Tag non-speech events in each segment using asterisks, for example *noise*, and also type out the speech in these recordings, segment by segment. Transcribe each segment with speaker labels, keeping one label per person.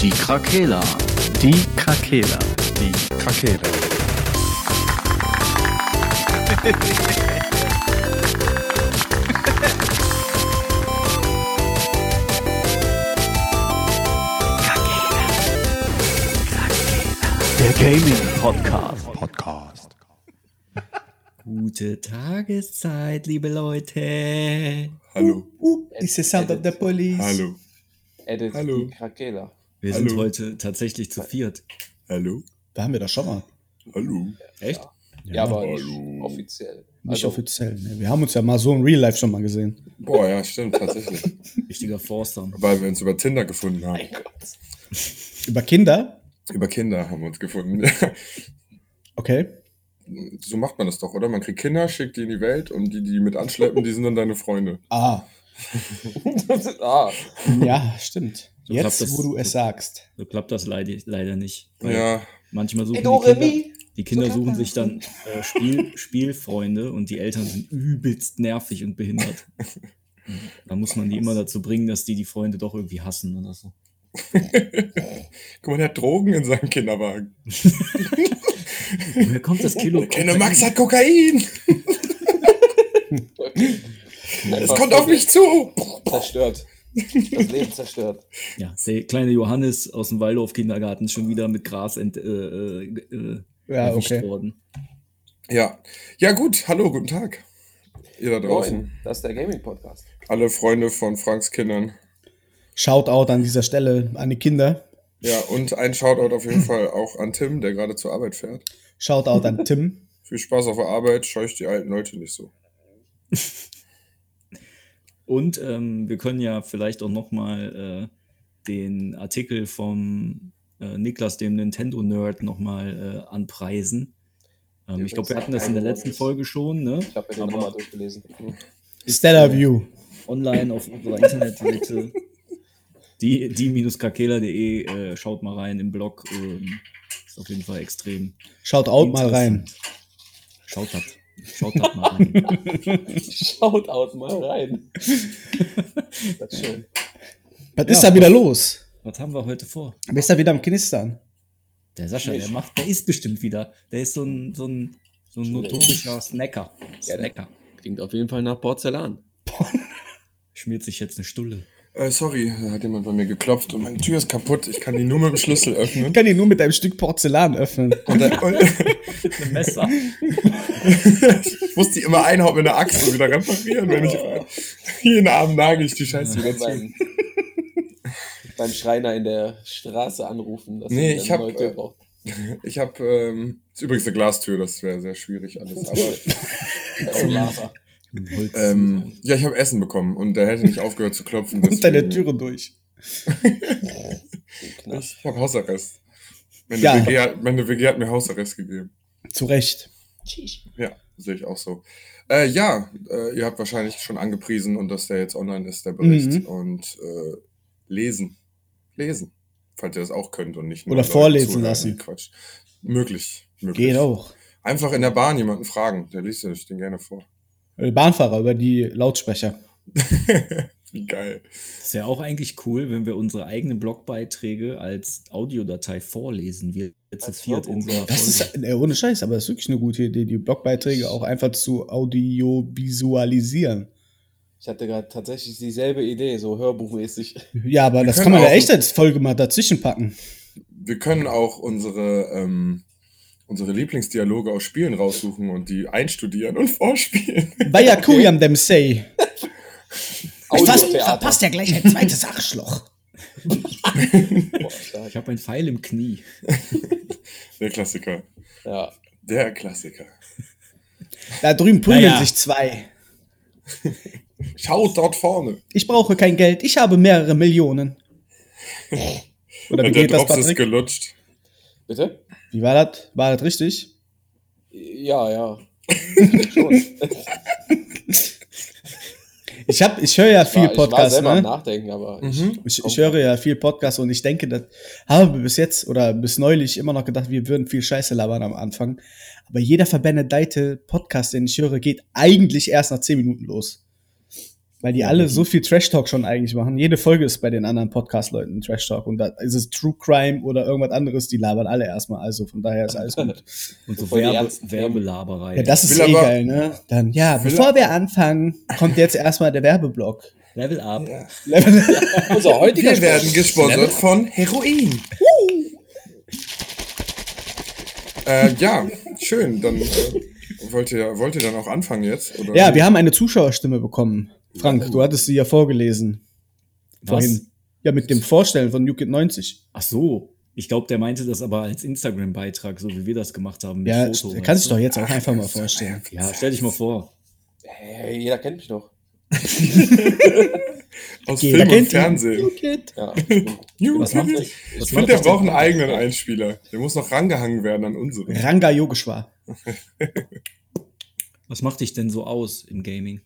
Speaker 1: Die Krakela.
Speaker 2: Die Krakela.
Speaker 1: Die Krakela.
Speaker 2: Der Gaming Podcast.
Speaker 3: Podcast.
Speaker 4: Gute Tageszeit, liebe Leute.
Speaker 3: Hallo,
Speaker 4: Uh, it's the sound of the police.
Speaker 3: hallo,
Speaker 5: Edit
Speaker 3: Hallo.
Speaker 5: die Krakela.
Speaker 4: Wir sind
Speaker 3: Hallo.
Speaker 4: heute tatsächlich zu viert.
Speaker 3: hallo,
Speaker 6: Da haben wir das schon mal.
Speaker 3: hallo.
Speaker 4: Echt?
Speaker 5: Ja, aber nicht
Speaker 3: hallo.
Speaker 5: offiziell.
Speaker 6: Nicht
Speaker 5: also,
Speaker 6: offiziell. Ne? Wir haben uns ja mal so in Real Life schon mal gesehen.
Speaker 3: Boah, ja, stimmt, tatsächlich.
Speaker 4: Richtiger Forster.
Speaker 3: Weil wir uns über Tinder gefunden haben.
Speaker 6: Über Kinder.
Speaker 3: Über Kinder haben wir uns gefunden. *laughs*
Speaker 6: Okay.
Speaker 3: so macht man das doch, oder? Man kriegt Kinder, schickt die in die Welt und die, die mit anschleppen, die sind dann deine Freunde.
Speaker 4: *laughs*
Speaker 6: Ah,
Speaker 5: *laughs* ah,
Speaker 6: ja, stimmt.
Speaker 4: So klappt
Speaker 6: Jetzt,
Speaker 4: das-
Speaker 6: wo du es
Speaker 4: so-
Speaker 6: sagst.
Speaker 4: So klappt das leider, leider nicht. Weil
Speaker 3: Ja,
Speaker 4: Manchmal suchen die Kinder,
Speaker 5: Edoremi.
Speaker 4: die Kinder
Speaker 5: So klappt
Speaker 4: suchen
Speaker 5: das.
Speaker 4: sich dann äh, Spiel, Spielfreunde und die Eltern sind übelst nervig und behindert. Da muss man die immer dazu bringen, dass die die Freunde doch irgendwie hassen oder so.
Speaker 3: guck mal, der hat Drogen in seinem Kinderwagen.
Speaker 4: Woher kommt das Kilo?
Speaker 3: *laughs* Kinder Max hat Kokain!
Speaker 5: Okay.
Speaker 3: Es kommt auf mich zu!
Speaker 5: Zerstört. Das Leben zerstört.
Speaker 4: Ja, der kleine Johannes aus dem Waldorf Kindergarten ist schon wieder mit Gras ent, äh, äh, äh,
Speaker 6: Ja,
Speaker 4: erwischt
Speaker 6: okay.
Speaker 4: worden.
Speaker 3: Ja, ja gut, hallo, guten Tag. Ihr da draußen,
Speaker 5: Moin, das ist der Gaming-Podcast.
Speaker 3: alle Freunde von Franks Kindern.
Speaker 6: Shoutout an dieser Stelle an die Kinder.
Speaker 3: Ja, und ein Shoutout auf jeden Fall auch an Tim, der gerade zur Arbeit fährt.
Speaker 6: Shoutout an Tim.
Speaker 3: Viel Spaß auf der Arbeit, scheucht die alten Leute nicht so.
Speaker 4: Und ähm, wir können ja vielleicht auch nochmal äh, den Artikel vom äh, Niklas, dem Nintendo-Nerd, nochmal äh, anpreisen. Ähm, ich glaube, wir hatten das in der letzten Folge schon, ne?
Speaker 5: Ich habe mir den nochmal
Speaker 4: Aber
Speaker 5: durchgelesen.
Speaker 6: Stellar View.
Speaker 4: online auf unserer Internetseite die- die-kakela.de, äh, schaut mal rein im Blog. Ähm, ist auf jeden Fall extrem.
Speaker 6: Shoutout mal rein.
Speaker 4: Schaut das. Schaut das mal rein.
Speaker 5: Shoutout mal rein. *laughs* Das ist schön.
Speaker 6: Was
Speaker 4: Ja.
Speaker 6: ist da wieder los?
Speaker 4: Was haben wir heute vor?
Speaker 6: Bist da wieder am Knistern?
Speaker 4: Der Sascha,
Speaker 5: Nicht.
Speaker 4: der macht, der ist bestimmt wieder. Der ist so ein, so ein, so ein notorischer Snacker.
Speaker 7: Ja, der-
Speaker 4: Snacker.
Speaker 7: Klingt auf jeden Fall nach Porzellan.
Speaker 4: Schmiert sich jetzt eine Stulle.
Speaker 3: Äh, sorry, da hat jemand bei mir geklopft und meine Tür ist kaputt. Ich kann die nur mit dem Schlüssel öffnen.
Speaker 6: Ich kann ihn nur mit einem Stück Porzellan öffnen.
Speaker 3: Und dann, und,
Speaker 4: Ein Messer.
Speaker 3: *laughs* ich muss die immer einhauen mit einer Axt und wieder reparieren, wenn ich jeden Abend nagel ich die Scheiße wieder zu.
Speaker 5: Beim, beim *laughs* Schreiner in der Straße anrufen, dass
Speaker 3: Nee,
Speaker 5: er
Speaker 3: ich
Speaker 5: eine
Speaker 3: hab,
Speaker 5: neue Tür
Speaker 3: äh,
Speaker 5: braucht.
Speaker 3: *clears throat* Ich habe, ähm, ist übrigens eine Glastür, das wäre sehr schwierig alles. Aber
Speaker 5: Oh, Lava.
Speaker 4: Ein Holz.
Speaker 3: ähm, ja, ich habe Essen bekommen und der hätte nicht aufgehört zu klopfen.
Speaker 6: Unter der
Speaker 3: deswegen-
Speaker 6: Türe durch.
Speaker 5: Knast.
Speaker 3: Ich habe Hausarrest. Meine,
Speaker 6: Ja.
Speaker 3: WG hat, meine WG hat mir Hausarrest gegeben.
Speaker 6: Zu Recht.
Speaker 3: Ja, sehe ich auch so. Äh, ja, äh, ihr habt wahrscheinlich schon angepriesen und dass der jetzt online ist, der Bericht.
Speaker 6: Mhm.
Speaker 3: Und äh, lesen. Lesen. Falls ihr das auch könnt und nicht
Speaker 6: Oder
Speaker 3: Leuten
Speaker 6: vorlesen
Speaker 3: zuhören,
Speaker 6: lassen.
Speaker 3: die Quatsch. Möglich. möglich.
Speaker 6: Geht auch.
Speaker 3: Einfach in der Bahn jemanden fragen. Der liest euch den gerne vor. *laughs*
Speaker 6: Bahnfahrer über die Lautsprecher.
Speaker 3: Wie geil.
Speaker 4: Ist ja auch eigentlich cool, wenn wir unsere eigenen Blogbeiträge als Audiodatei vorlesen. Wir zu
Speaker 5: Als
Speaker 4: viert in so einer
Speaker 6: Das
Speaker 4: Folge.
Speaker 6: ist äh, ohne Scheiß, aber das ist wirklich eine gute Idee, die Blogbeiträge auch einfach zu audiovisualisieren.
Speaker 5: Ich hatte gerade tatsächlich dieselbe Idee, so hörbuchmäßig.
Speaker 6: Ja, aber
Speaker 3: Wir
Speaker 6: das
Speaker 3: können
Speaker 6: kann man ja
Speaker 3: auch-
Speaker 6: echt als Folge mal dazwischen *laughs* packen.
Speaker 3: Wir können auch unsere, ähm, unsere Lieblingsdialoge aus Spielen raussuchen und die einstudieren und *laughs* vorspielen.
Speaker 6: Bayakuyam dem Say.
Speaker 5: Audiotheater.
Speaker 6: ja gleich ein zweites Arschloch.
Speaker 5: Boah, stark.
Speaker 4: Ich habe ein Pfeil im Knie.
Speaker 3: Der Klassiker.
Speaker 5: Ja,
Speaker 3: Der Klassiker.
Speaker 6: Da drüben prügeln
Speaker 4: Naja.
Speaker 6: sich zwei.
Speaker 3: Schaut dort vorne.
Speaker 6: Ich brauche kein Geld, ich habe mehrere Millionen. Oder wie
Speaker 3: Und der
Speaker 6: geht das,
Speaker 3: Drops ist
Speaker 6: Patrick?
Speaker 3: gelutscht.
Speaker 5: bitte?
Speaker 6: Wie war das? War das richtig?
Speaker 5: Ja, ja.
Speaker 3: *laughs*
Speaker 5: Schon.
Speaker 6: Ich, hab, ich höre ja viel
Speaker 5: war, Ich war
Speaker 6: Podcasts,
Speaker 5: selber am
Speaker 6: ne?
Speaker 5: Nachdenken, aber
Speaker 3: Mhm.
Speaker 5: ich,
Speaker 6: Ich, ich höre ja viel Podcasts und ich denke, das habe bis jetzt oder bis neulich immer noch gedacht, wir würden viel Scheiße labern am Anfang. Aber jeder verbenedeite Podcast, den ich höre, geht eigentlich erst nach 10 Minuten los. Weil die alle so viel Trash-Talk schon eigentlich machen. Jede Folge ist bei den anderen Podcast-Leuten Trash-Talk. Und da ist es True Crime oder irgendwas anderes, die labern alle erstmal. Also von daher ist alles gut.
Speaker 4: Und so
Speaker 5: Voll die
Speaker 4: Werbe
Speaker 5: ernsten Themen.
Speaker 4: Werbelaberei.
Speaker 6: Ja, das ist
Speaker 3: Will
Speaker 6: eh
Speaker 3: aber-
Speaker 6: geil, ne? Dann, ja,
Speaker 3: Will
Speaker 6: bevor wir anfangen, kommt jetzt erstmal der Werbeblock.
Speaker 4: Level up.
Speaker 5: Unser heutiger
Speaker 3: Wir werden
Speaker 5: Sponsor.
Speaker 3: gesponsert von Heroin. äh, ja, schön. Dann äh, wollt, ihr, wollt ihr dann auch anfangen jetzt? Oder?
Speaker 6: Ja, wir haben eine Zuschauerstimme bekommen. Frank, du hattest sie ja vorgelesen.
Speaker 4: Was?
Speaker 6: Ja, mit dem Vorstellen von New Kid 90.
Speaker 4: Ach so. Ich glaube, der meinte das aber als Instagram-Beitrag, so wie wir das gemacht haben. Mit
Speaker 6: Ja,
Speaker 4: Foto,
Speaker 6: kann
Speaker 4: weißt
Speaker 6: sich
Speaker 4: du?
Speaker 6: doch jetzt auch einfach mal vorstellen.
Speaker 4: Ja, stell dich mal vor.
Speaker 5: Hey, jeder kennt mich noch.
Speaker 3: Aus
Speaker 6: Jeder
Speaker 3: Film und
Speaker 6: kennt ihn.
Speaker 3: Fernsehen.
Speaker 5: Ja.
Speaker 4: *laughs*
Speaker 3: New
Speaker 4: Was macht
Speaker 3: Kid.
Speaker 4: das?
Speaker 3: Ich finde, der braucht einen eigenen Einspieler. Der muss noch rangehangen werden an unsere.
Speaker 6: Ranga Yogeshwar.
Speaker 4: Was macht dich denn so aus im Gaming?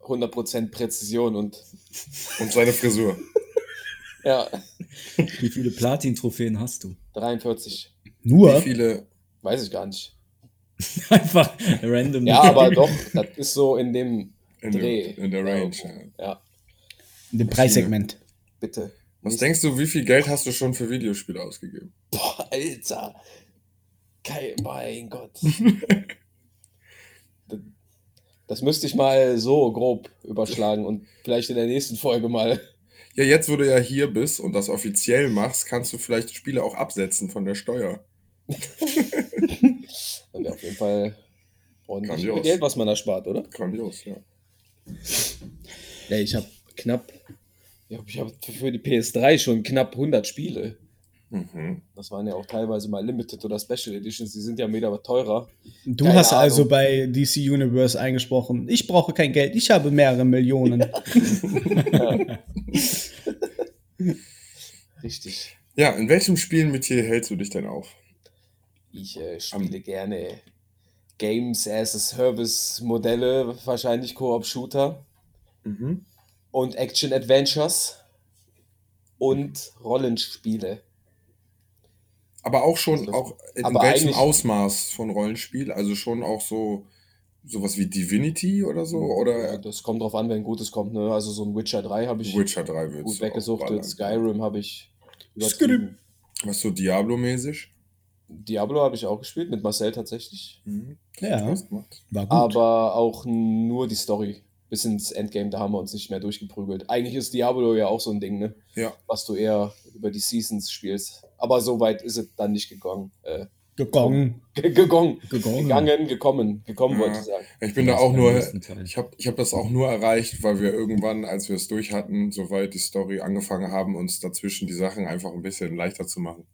Speaker 5: 100% Präzision und
Speaker 3: Und seine Frisur.
Speaker 5: ja,
Speaker 4: Wie viele Platin-Trophäen hast du? *laughs*
Speaker 5: 43.
Speaker 3: Wie
Speaker 6: Nur,
Speaker 3: viele
Speaker 5: Weiß ich gar nicht.
Speaker 4: Einfach random. *laughs*
Speaker 5: Ja, aber doch, das ist so in dem,
Speaker 3: in,
Speaker 5: Dreh.
Speaker 3: der, in der Range?
Speaker 5: Ja.
Speaker 3: Ja.
Speaker 5: ja,
Speaker 6: in dem Preissegment.
Speaker 5: bitte.
Speaker 3: Was denkst du, wie viel Geld hast du schon für Videospiele ausgegeben?
Speaker 5: Boah, Alter. Kein, mein Gott.
Speaker 3: *laughs*
Speaker 5: Das- Das müsste ich mal so grob überschlagen und vielleicht in der nächsten Folge mal.
Speaker 3: Ja, jetzt, wo du ja hier bist und das offiziell machst, kannst du vielleicht Spiele auch absetzen von der Steuer.
Speaker 5: Dann wäre auf jeden Fall ordentlich
Speaker 3: Grandios.
Speaker 5: viel Geld, was man da spart, oder?
Speaker 3: Grandios, ja.
Speaker 5: Ja, ich habe knapp. Ich habe hab für die PS3 schon knapp 100 Spiele.
Speaker 3: Mhm.
Speaker 5: Das waren ja auch teilweise mal Limited oder Special Editions. Die sind ja mega teurer.
Speaker 6: Du
Speaker 5: Keine
Speaker 6: hast also
Speaker 5: Ahnung.
Speaker 6: bei DC Universe eingesprochen. Ich brauche kein Geld, ich habe mehrere Millionen.
Speaker 5: Richtig.
Speaker 3: Ja, in welchem Spielmetier hältst du dich denn auf?
Speaker 5: Ich äh, spiele gerne Games as a Service Modelle, wahrscheinlich Koop Shooter
Speaker 3: Mhm.
Speaker 5: und Action Adventures und Rollenspiele.
Speaker 3: Aber auch schon,
Speaker 5: Also Das-
Speaker 3: auch in
Speaker 5: aber
Speaker 3: welchem
Speaker 5: eigentlich-
Speaker 3: Ausmaß von Rollenspiel? Also schon auch so sowas wie Divinity oder so?
Speaker 5: Mhm. Ja,
Speaker 3: Oder
Speaker 5: das kommt drauf an, wenn Gutes kommt. Ne? Also so ein Witcher 3 habe ich
Speaker 3: Witcher 3 würdest
Speaker 5: gut
Speaker 3: du auch ballern.
Speaker 5: weggesuchtet. Skyrim habe ich
Speaker 6: Skyrim.
Speaker 5: übertrieben.
Speaker 3: Was so Diablo-mäßig?
Speaker 5: Diablo habe ich auch gespielt mit Marcel tatsächlich.
Speaker 3: Mhm.
Speaker 6: Ja,
Speaker 3: Spaß gemacht.
Speaker 6: war gut.
Speaker 5: aber auch nur die Story. Bis ins Endgame, da haben wir uns nicht mehr durchgeprügelt. Eigentlich ist Diablo ja auch so ein Ding, ne?
Speaker 3: Ja.
Speaker 5: Was du eher über die Seasons spielst. Aber so weit ist es dann nicht gegangen. Äh, *laughs*
Speaker 6: Gegangen.
Speaker 5: ge- gegangen.
Speaker 4: Gegangen.
Speaker 5: Gegangen, gekommen. Gekommen,
Speaker 3: Ja.
Speaker 5: wollte ich sagen.
Speaker 3: Ich bin da auch nur, ich habe ich hab das auch nur erreicht, weil wir irgendwann, als wir es durch hatten, soweit die Story angefangen haben, uns dazwischen die Sachen einfach ein bisschen leichter zu machen.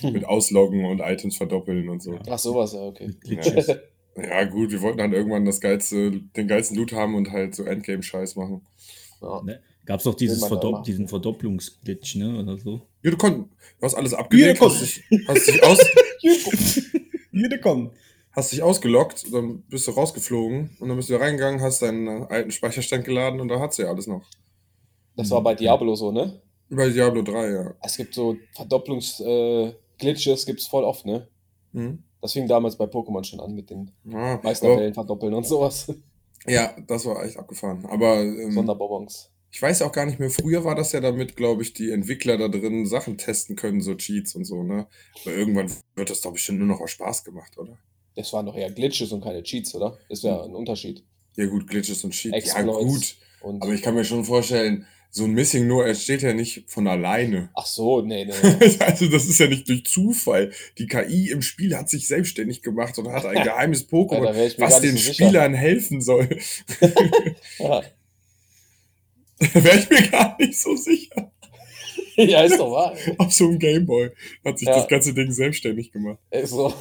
Speaker 6: Hm.
Speaker 3: *laughs* Mit Ausloggen und Items verdoppeln und so.
Speaker 5: Ach, sowas, ja, okay.
Speaker 4: Glitches.
Speaker 3: Ja, gut, wir wollten dann irgendwann das geilste, den geilsten Loot haben und halt so Endgame-Scheiß machen.
Speaker 5: Ja.
Speaker 4: Ne? Gab's doch dieses
Speaker 5: Will man da
Speaker 4: Verdopp
Speaker 5: machen.
Speaker 4: diesen Verdopplungsglitch, ne? Oder so.
Speaker 3: Ja, du konntest, du hast alles abgelegt,
Speaker 6: Ja, komm.
Speaker 3: hast dich, hast, dich
Speaker 6: *laughs*
Speaker 3: aus,
Speaker 6: *laughs* Jede kommen.
Speaker 3: hast dich ausgelockt, dann bist du rausgeflogen und dann bist du da reingegangen, hast deinen alten Speicherstand geladen und da hat sie ja alles noch.
Speaker 5: Das war bei Diablo so, ne?
Speaker 3: Bei Diablo 3, ja.
Speaker 5: Es gibt so Verdopplungs-Glitches, äh, Glitches gibt's voll oft, ne?
Speaker 3: Hm?
Speaker 5: Das fing damals bei Pokémon schon an mit den
Speaker 3: Ja, aber,
Speaker 5: Meisterwellen verdoppeln und sowas.
Speaker 3: ja, das war echt abgefahren. Aber ähm,
Speaker 5: Sonderbonbons.
Speaker 3: ich weiß auch gar nicht mehr, früher war das ja damit, glaube ich, die Entwickler da drin Sachen testen können, so Cheats und so, ne? Aber irgendwann wird das doch bestimmt nur noch aus Spaß gemacht, oder?
Speaker 5: Das waren doch eher Glitches und keine Cheats, oder? Ist ja ein Unterschied.
Speaker 3: Ja gut, Glitches und Cheats, ja
Speaker 5: Exploits.
Speaker 3: gut.
Speaker 5: Und
Speaker 3: Aber ich kann mir schon vorstellen, so ein Missing No entsteht ja nicht von alleine. *laughs*
Speaker 5: Ach so, nee, nee, nee.
Speaker 3: Also das ist ja nicht durch Zufall. Die KI im Spiel hat sich selbstständig gemacht und hat
Speaker 5: *laughs*
Speaker 3: ein geheimes
Speaker 5: Ja, da
Speaker 3: Pokémon,
Speaker 5: wär ich mir
Speaker 3: was
Speaker 5: gar nicht
Speaker 3: den
Speaker 5: so sicher.
Speaker 3: Spielern helfen soll. *laughs*
Speaker 5: Ja. *laughs*
Speaker 3: da wäre ich mir gar nicht so sicher.
Speaker 5: ja, ist doch wahr.
Speaker 3: *laughs* Auf so einem Gameboy hat sich
Speaker 5: Ja.
Speaker 3: das ganze Ding selbstständig
Speaker 5: *laughs*
Speaker 3: gemacht.
Speaker 5: Ist so.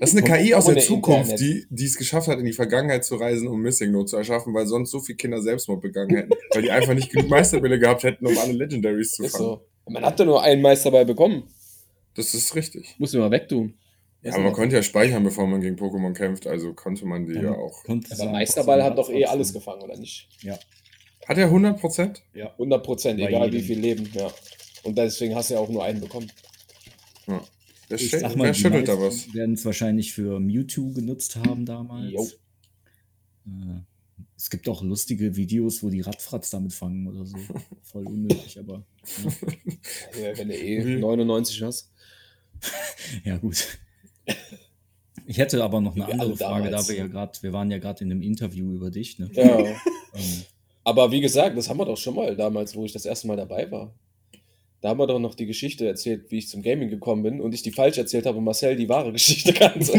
Speaker 3: Das ist eine KI aus
Speaker 5: Ohne
Speaker 3: der Zukunft,
Speaker 5: Internet.
Speaker 3: die, die es geschafft hat, in die Vergangenheit zu reisen, um Missing No zu erschaffen, weil sonst so viele Kinder Selbstmord begangen hätten, weil die einfach nicht genug Meisterbälle gehabt hätten, um alle Legendaries zu
Speaker 5: Ist
Speaker 3: fangen.
Speaker 5: so. Man hat ja nur einen Meisterball bekommen.
Speaker 3: Das ist richtig.
Speaker 7: Muss ich mal wegtun.
Speaker 3: Ja, aber man konnte ja speichern, bevor man gegen Pokémon kämpft, also konnte man die ja,
Speaker 4: Dann
Speaker 3: auch.
Speaker 4: konntest du
Speaker 5: Aber
Speaker 4: einfach
Speaker 5: Meisterball
Speaker 4: so
Speaker 5: hat doch eh
Speaker 4: abfangen.
Speaker 5: alles gefangen, oder nicht?
Speaker 3: Hat er 100 Prozent?
Speaker 5: 100 Prozent,
Speaker 4: Bei
Speaker 5: egal wie
Speaker 4: jedem.
Speaker 5: viel Leben, ja. Und deswegen hast du ja auch nur einen bekommen.
Speaker 3: Wer,
Speaker 4: Ich
Speaker 3: schä-
Speaker 4: sag
Speaker 3: wer
Speaker 4: mal, die
Speaker 3: schüttelt da was?
Speaker 4: meisten werden es wahrscheinlich für Mewtwo genutzt haben damals.
Speaker 5: Jo.
Speaker 4: Äh, Es gibt auch lustige Videos, wo die Radfratz damit fangen oder
Speaker 5: *laughs*
Speaker 4: so. Voll unnötig, aber *laughs*
Speaker 5: Ja, wenn du eh
Speaker 3: Wie?
Speaker 5: 99 hast.
Speaker 4: ja, gut. Ich hätte aber noch eine
Speaker 5: Wir
Speaker 4: andere
Speaker 5: alle
Speaker 4: Frage,
Speaker 5: damals.
Speaker 4: da wir ja gerade, wir waren ja gerade in einem Interview über dich, ne?
Speaker 5: *laughs* Ja.
Speaker 4: Ähm,
Speaker 5: Aber wie gesagt, das haben wir doch schon mal damals, wo ich das erste Mal dabei war. Da haben wir doch noch die Geschichte erzählt, wie ich zum Gaming gekommen bin und ich die falsch erzählt habe und Marcel die wahre *laughs* Geschichte kannte.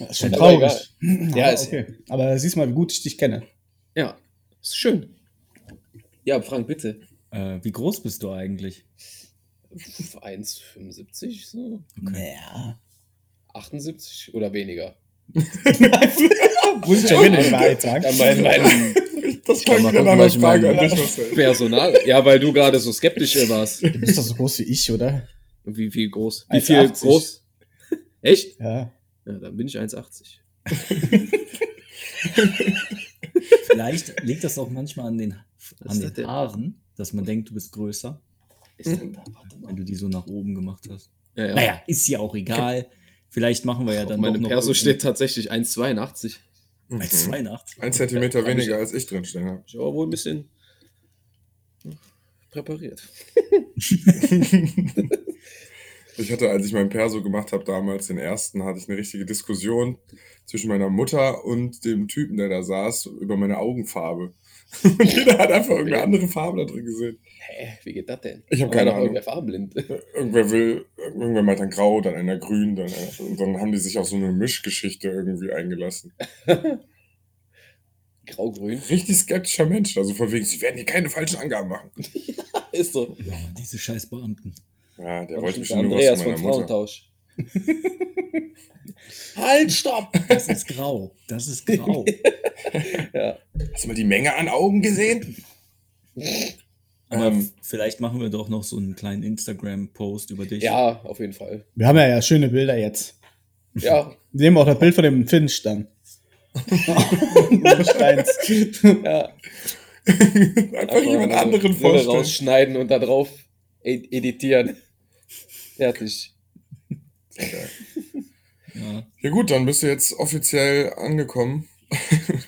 Speaker 6: Das ist schon
Speaker 5: Aber
Speaker 6: traurig.
Speaker 5: Ja,
Speaker 6: Aber
Speaker 5: ist-
Speaker 6: okay. Aber siehst mal, wie gut ich dich kenne.
Speaker 7: *laughs* Ja,
Speaker 5: ist schön. Ja, Frank, bitte.
Speaker 4: äh, wie groß bist du eigentlich?
Speaker 5: Pff, 1,75, so.
Speaker 6: Ja.
Speaker 5: 78 oder weniger.
Speaker 6: Muss ich ja wieder in Wahrheit sagen.
Speaker 5: Ja, mein, *laughs* mein
Speaker 3: Das
Speaker 7: kann
Speaker 3: war
Speaker 7: mal
Speaker 3: wieder
Speaker 7: gucken,
Speaker 3: eine
Speaker 7: was ich
Speaker 3: Frage an
Speaker 7: meine.
Speaker 3: dich, Marcel.
Speaker 7: Personal. Ja, weil du gerade so skeptisch äh, warst.
Speaker 6: Du bist doch so groß wie ich, oder?
Speaker 7: Wie viel groß? Wie
Speaker 6: 1,80.
Speaker 7: viel groß? Echt?
Speaker 6: Ja.
Speaker 7: Ja, dann bin ich 1,80.
Speaker 4: Vielleicht liegt das auch manchmal an den,
Speaker 7: Was
Speaker 4: an
Speaker 7: ist das
Speaker 4: den
Speaker 7: denn?
Speaker 4: Haaren, dass man denkt, du bist größer, wenn du die so nach oben gemacht hast.
Speaker 7: Ja, ja.
Speaker 4: Naja, ist ja auch egal. Vielleicht machen wir ja
Speaker 7: Auf
Speaker 4: dann doch
Speaker 7: meinem
Speaker 4: noch
Speaker 7: Perso
Speaker 4: irgendwie- *laughs*
Speaker 7: steht tatsächlich 1,82.
Speaker 3: Mhm.
Speaker 4: Als 82.
Speaker 3: Ein Zentimeter weniger als ich drin stehen habe.
Speaker 7: Ich war wohl ein bisschen
Speaker 5: hm,
Speaker 7: präpariert.
Speaker 3: Ich hatte, als ich meinen Perso gemacht habe damals, den ersten, hatte ich eine richtige Diskussion zwischen meiner Mutter und dem Typen, der da saß, über meine Augenfarbe. *laughs* Und jeder hat einfach irgendeine andere Farbe da drin gesehen.
Speaker 5: Hä, wie geht das denn?
Speaker 3: Ich hab
Speaker 5: Aber
Speaker 3: keine
Speaker 5: noch
Speaker 3: Ahnung.
Speaker 5: Irgendwer farbenblind. *laughs*
Speaker 3: Irgendwer will, irgendwer meint dann grau, dann einer grün, dann einer, und dann haben die sich auf so eine Mischgeschichte irgendwie eingelassen.
Speaker 5: Grau-grün.
Speaker 3: Richtig skeptischer Mensch, also von wegen, sie werden hier keine falschen Angaben machen.
Speaker 5: Ist so.
Speaker 4: Ja, diese scheiß Beamten.
Speaker 3: Ja, der wollte
Speaker 5: Dann kommt
Speaker 3: bestimmt nur was
Speaker 5: Andreas
Speaker 3: von meiner
Speaker 5: von
Speaker 3: Mutter.
Speaker 5: Frauentausch. *laughs* halt, stopp!
Speaker 3: *laughs*
Speaker 4: Das ist grau. Das ist
Speaker 5: *laughs*
Speaker 4: grau.
Speaker 5: Ja.
Speaker 3: Hast du mal die Menge an Augen gesehen?
Speaker 4: Aber
Speaker 3: Ähm.
Speaker 4: vielleicht machen wir doch noch so einen kleinen Instagram-Post über dich.
Speaker 5: ja, auf jeden Fall.
Speaker 6: Wir haben ja, ja schöne Bilder jetzt.
Speaker 5: Ja,
Speaker 6: Nehmen wir auch das Bild von dem Finch dann.
Speaker 4: *laughs*
Speaker 6: Steins.
Speaker 5: ja.
Speaker 3: *laughs* Einfach jemand
Speaker 5: eine
Speaker 3: anderen
Speaker 5: Brille
Speaker 3: vorstellen.
Speaker 5: rausschneiden und da drauf ed- editieren. Fertig.
Speaker 4: Ja.
Speaker 3: Ja gut, dann bist du jetzt offiziell angekommen.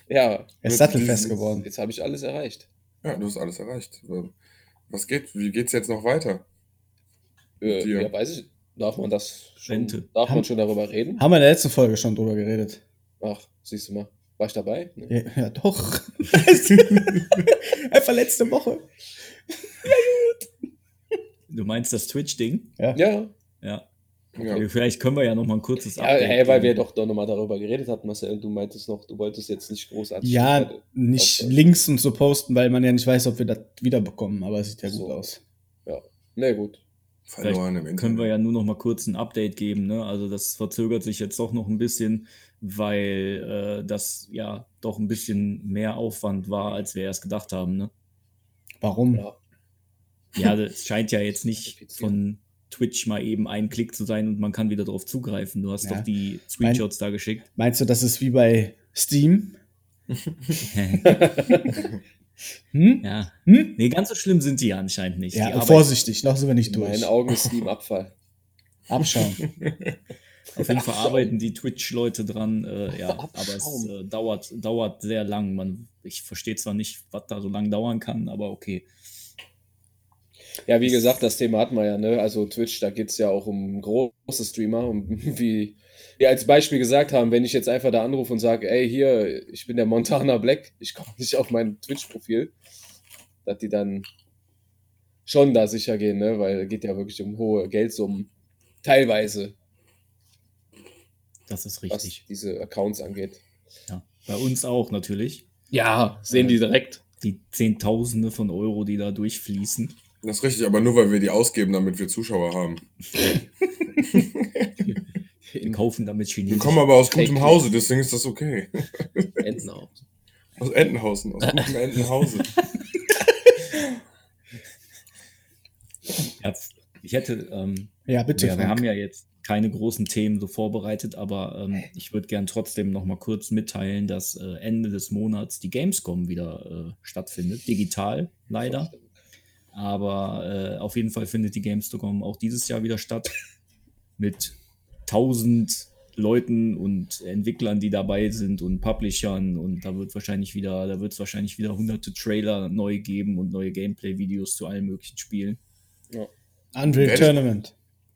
Speaker 5: Ja,
Speaker 6: Er ist sattelfest geworden.
Speaker 5: jetzt habe ich alles erreicht.
Speaker 3: Ja, du hast alles erreicht. Was geht? Wie geht's jetzt noch weiter?
Speaker 5: Äh,
Speaker 3: Dir.
Speaker 5: ja, weiß ich. Darf man das schon,
Speaker 4: Rente.
Speaker 5: darf man
Speaker 6: Haben-
Speaker 5: schon darüber reden?
Speaker 6: Haben wir in der letzten Folge schon drüber geredet.
Speaker 5: Ach, siehst du mal. War ich dabei? Nee.
Speaker 6: Ja, ja doch. *laughs* Einfach letzte Woche.
Speaker 4: Du meinst das Twitch-Ding?
Speaker 5: Ja,
Speaker 4: Ja.
Speaker 3: Ja.
Speaker 4: Vielleicht können wir ja noch mal ein kurzes
Speaker 5: ja hey, weil wir
Speaker 4: geben.
Speaker 5: doch, doch nochmal darüber geredet hatten, Marcel. Du meintest noch, du wolltest jetzt nicht großartig.
Speaker 6: Ja, nicht
Speaker 5: Auf-
Speaker 6: Links und so posten, weil man ja nicht weiß, ob wir das wiederbekommen, aber es sieht ja gut
Speaker 5: So.
Speaker 6: aus.
Speaker 5: Nee, gut.
Speaker 3: Verloren im Internet.
Speaker 4: können wir ja nur noch mal kurz ein Update geben. Ne? Also das verzögert sich jetzt doch noch ein bisschen, weil äh, das ja doch ein bisschen mehr Aufwand war, als wir erst gedacht haben. Ne?
Speaker 6: Warum?
Speaker 5: Ja.
Speaker 4: Ja, das scheint ja jetzt nicht von Twitch mal eben ein Klick zu sein und man kann wieder darauf zugreifen. Du hast
Speaker 6: Ja.
Speaker 4: doch die Screenshots da geschickt.
Speaker 6: *laughs* Meinst du, das ist wie bei Steam? Hm?
Speaker 4: ja.
Speaker 6: Hm?
Speaker 4: Nee, ganz so schlimm sind die ja anscheinend nicht.
Speaker 6: Ja,
Speaker 4: die
Speaker 6: und
Speaker 4: arbeiten-
Speaker 6: vorsichtig, noch sind wir nicht
Speaker 5: In
Speaker 6: durch.
Speaker 5: meinen Augen ist Steam Abfall.
Speaker 6: Abschauen.
Speaker 4: Auf jeden Fall arbeiten die Twitch-Leute dran, äh, ja, aber es äh, dauert, dauert sehr lang. Man, ich verstehe zwar nicht, was da so lang dauern kann, aber okay.
Speaker 5: Ja, wie gesagt, das Thema hatten wir ja, ne? Also Twitch, da geht's ja auch um große Streamer. Und *laughs* wie wir als Beispiel gesagt haben, wenn ich jetzt einfach da anrufe und sage, ey, hier, ich bin der Montana Black, ich komme nicht auf mein Twitch-Profil, dass die dann schon da sicher gehen, ne? Weil geht ja wirklich um hohe Geldsummen. Teilweise,
Speaker 4: Das ist
Speaker 5: was
Speaker 4: richtig.
Speaker 5: diese Accounts angeht.
Speaker 4: Ja. Bei uns auch natürlich.
Speaker 7: Ja, sehen die direkt.
Speaker 4: Die Zehntausende von Euro, die da durchfließen.
Speaker 3: Das ist richtig, aber nur weil wir die ausgeben, damit wir Zuschauer haben.
Speaker 4: Wir
Speaker 5: Hm.
Speaker 4: kaufen damit
Speaker 3: Wir
Speaker 4: Chinesen.
Speaker 3: kommen aber aus gutem
Speaker 7: Fake
Speaker 3: Hause, deswegen ist das okay.
Speaker 7: Entenau.
Speaker 3: Aus
Speaker 4: *laughs*
Speaker 3: Entenhausen, aus gutem Entenhausen.
Speaker 4: Ja, ich hätte, ähm, *laughs*
Speaker 6: Ja, bitte.
Speaker 4: ja, wir
Speaker 6: Frank.
Speaker 4: haben ja jetzt keine großen Themen so vorbereitet, aber ähm, ich würde gern trotzdem noch mal kurz mitteilen, dass äh, Ende des Monats die Gamescom wieder äh, stattfindet. Digital, leider. Aber äh, auf jeden Fall findet die Gamescom auch dieses Jahr wieder statt. Mit 1000 Leuten und Entwicklern, die dabei sind und Publishern und da wird wahrscheinlich wieder, da wird es wahrscheinlich wieder hunderte Trailer neu geben und neue Gameplay-Videos zu allen möglichen Spielen.
Speaker 6: Unreal
Speaker 3: Werde-
Speaker 6: Tournament.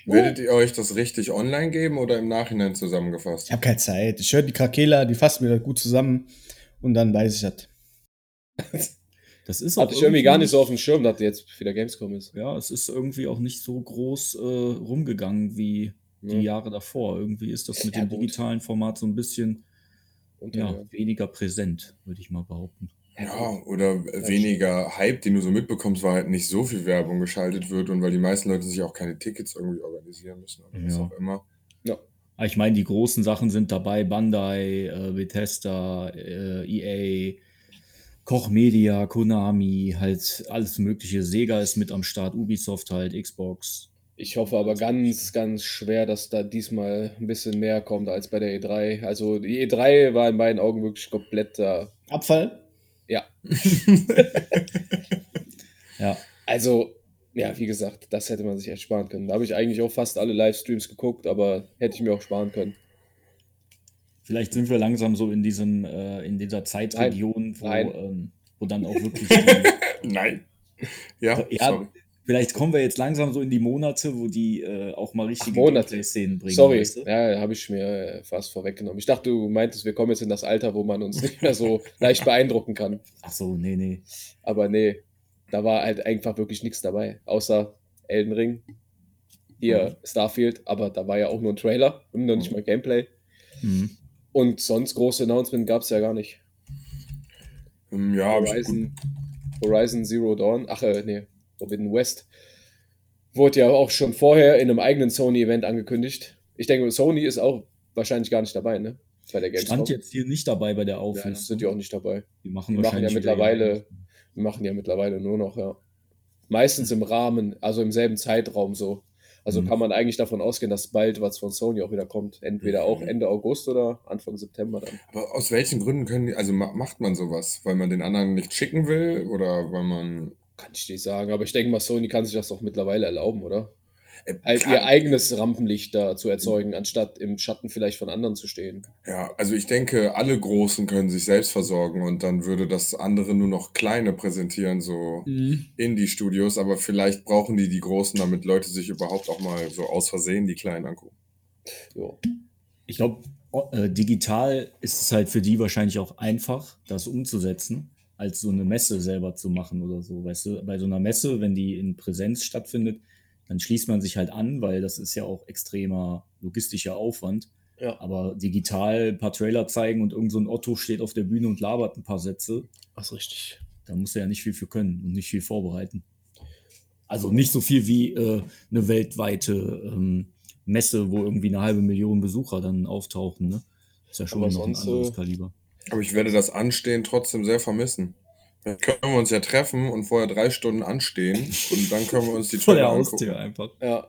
Speaker 3: Werdet ihr euch das richtig online geben oder im Nachhinein zusammengefasst?
Speaker 6: Ich habe keine Zeit. Ich höre die Krakela, die fassen mir das gut zusammen und dann weiß ich das.
Speaker 4: Das ist auch
Speaker 5: Hatte ich irgendwie gar nicht so auf dem Schirm, dass jetzt wieder Gamescom ist.
Speaker 4: Ja, es ist irgendwie auch nicht so groß äh, rumgegangen wie die
Speaker 5: Ja. Äh,
Speaker 4: Jahre davor. Irgendwie ist das mit
Speaker 5: Ja,
Speaker 4: dem
Speaker 5: gut.
Speaker 4: digitalen Format so ein bisschen
Speaker 5: Und äh,
Speaker 4: ja,
Speaker 5: ja.
Speaker 4: weniger präsent, würde ich mal behaupten.
Speaker 3: Ja, oder weniger Hype, den du so mitbekommst, weil halt nicht so viel Werbung geschaltet wird und weil die meisten Leute sich auch keine Tickets irgendwie organisieren müssen oder was
Speaker 4: Ja.
Speaker 3: auch immer.
Speaker 4: Aber Ah, ich meine, die großen Sachen sind dabei: Bandai, äh, Bethesda, äh, EA, Koch Media, Konami, halt alles Mögliche. Sega ist mit am Start, Ubisoft halt, Xbox.
Speaker 5: Ich hoffe aber ganz, ganz schwer, dass da diesmal ein bisschen mehr kommt als bei der E3. Also die E3 war in meinen Augen wirklich komplett da.
Speaker 6: Abfall?
Speaker 4: Ja,
Speaker 5: Also, ja, wie gesagt, das hätte man sich echt sparen können. Da habe ich eigentlich auch fast alle Livestreams geguckt, aber hätte ich mir auch sparen können.
Speaker 4: vielleicht sind wir langsam so in diesem, äh, in dieser Zeitregion, wo,
Speaker 5: Nein.
Speaker 4: ähm, wo dann auch
Speaker 5: *laughs*
Speaker 4: wirklich. die-
Speaker 3: Nein. Ja,
Speaker 4: Ja,
Speaker 3: sorry.
Speaker 4: Vielleicht kommen wir jetzt langsam so in die Monate, wo die äh, auch mal richtige
Speaker 5: Ach, Monate.
Speaker 4: Gameplay-Szenen bringen.
Speaker 5: Sorry,
Speaker 4: weißt du?
Speaker 5: ja, habe ich mir äh, fast vorweggenommen. Ich dachte, du meintest, wir kommen jetzt in das Alter, wo man uns nicht mehr so leicht beeindrucken kann.
Speaker 4: Ach so, nee, nee.
Speaker 5: Aber nee, da war halt einfach wirklich nichts dabei, außer Elden Ring, hier Starfield, aber da war ja auch nur ein Trailer und noch nicht mal Gameplay.
Speaker 4: Mhm.
Speaker 5: Und sonst große Announcement gab es ja gar nicht.
Speaker 3: Ähm, Ja, hab ich gut.
Speaker 5: Horizon, Horizon Zero Dawn, ach äh, nee, Forbidden West, wurde ja auch schon vorher in einem eigenen Sony-Event angekündigt. Ich denke, Sony ist auch wahrscheinlich gar nicht dabei, ne? Bei der Gamescom.
Speaker 4: Stand jetzt hier nicht dabei bei der
Speaker 5: ja,
Speaker 4: Auflist.
Speaker 5: sind die auch nicht dabei.
Speaker 4: die machen,
Speaker 5: Die machen ja
Speaker 4: wahrscheinlich wieder
Speaker 5: mittlerweile,
Speaker 4: ihre-
Speaker 5: die machen ja mittlerweile nur noch, ja. Meistens im Rahmen, also im selben Zeitraum so. Also
Speaker 4: Mhm.
Speaker 5: kann man eigentlich davon ausgehen, dass bald was von Sony auch wieder kommt. Entweder auch
Speaker 4: Mhm.
Speaker 5: Ende August oder Anfang September dann.
Speaker 3: Aber aus welchen Gründen können die, also ma- macht man sowas? Weil man den anderen nicht schicken will oder weil man.
Speaker 5: Kann ich nicht sagen, aber ich denke mal, Sony kann sich das doch mittlerweile erlauben, oder?
Speaker 3: Äh,
Speaker 5: Halt
Speaker 3: klar,
Speaker 5: ihr eigenes Rampenlicht da zu erzeugen, anstatt im Schatten vielleicht von anderen zu stehen.
Speaker 3: ja, also ich denke, alle Großen können sich selbst versorgen und dann würde das andere nur noch kleine präsentieren, so Indie-Studios, aber vielleicht brauchen die die Großen, damit Leute sich überhaupt auch mal so aus Versehen die Kleinen angucken.
Speaker 5: Jo.
Speaker 4: Ich glaube, äh, digital ist es halt für die wahrscheinlich auch einfach, das umzusetzen, als so eine Messe selber zu machen oder so. Weißt du, bei so einer Messe, wenn die in Präsenz stattfindet, dann schließt man sich halt an, weil das ist ja auch extremer logistischer Aufwand.
Speaker 5: Ja.
Speaker 4: Aber digital ein paar Trailer zeigen und irgend so ein Otto steht auf der Bühne und labert ein paar Sätze,
Speaker 5: Ach, richtig.
Speaker 4: Da musst du ja nicht viel für können und nicht viel vorbereiten. Also nicht so viel wie äh, eine weltweite ähm, Messe, wo irgendwie eine halbe Million Besucher dann auftauchen. Ne? Ist ja schon
Speaker 5: Aber
Speaker 4: noch ein
Speaker 5: sonst,
Speaker 4: anderes
Speaker 5: äh,
Speaker 4: Kaliber.
Speaker 3: Aber ich werde das Anstehen trotzdem sehr vermissen. Dann können wir uns ja treffen und vorher drei Stunden anstehen und dann können wir uns die Trailer angucken.
Speaker 4: einfach.
Speaker 5: Ja,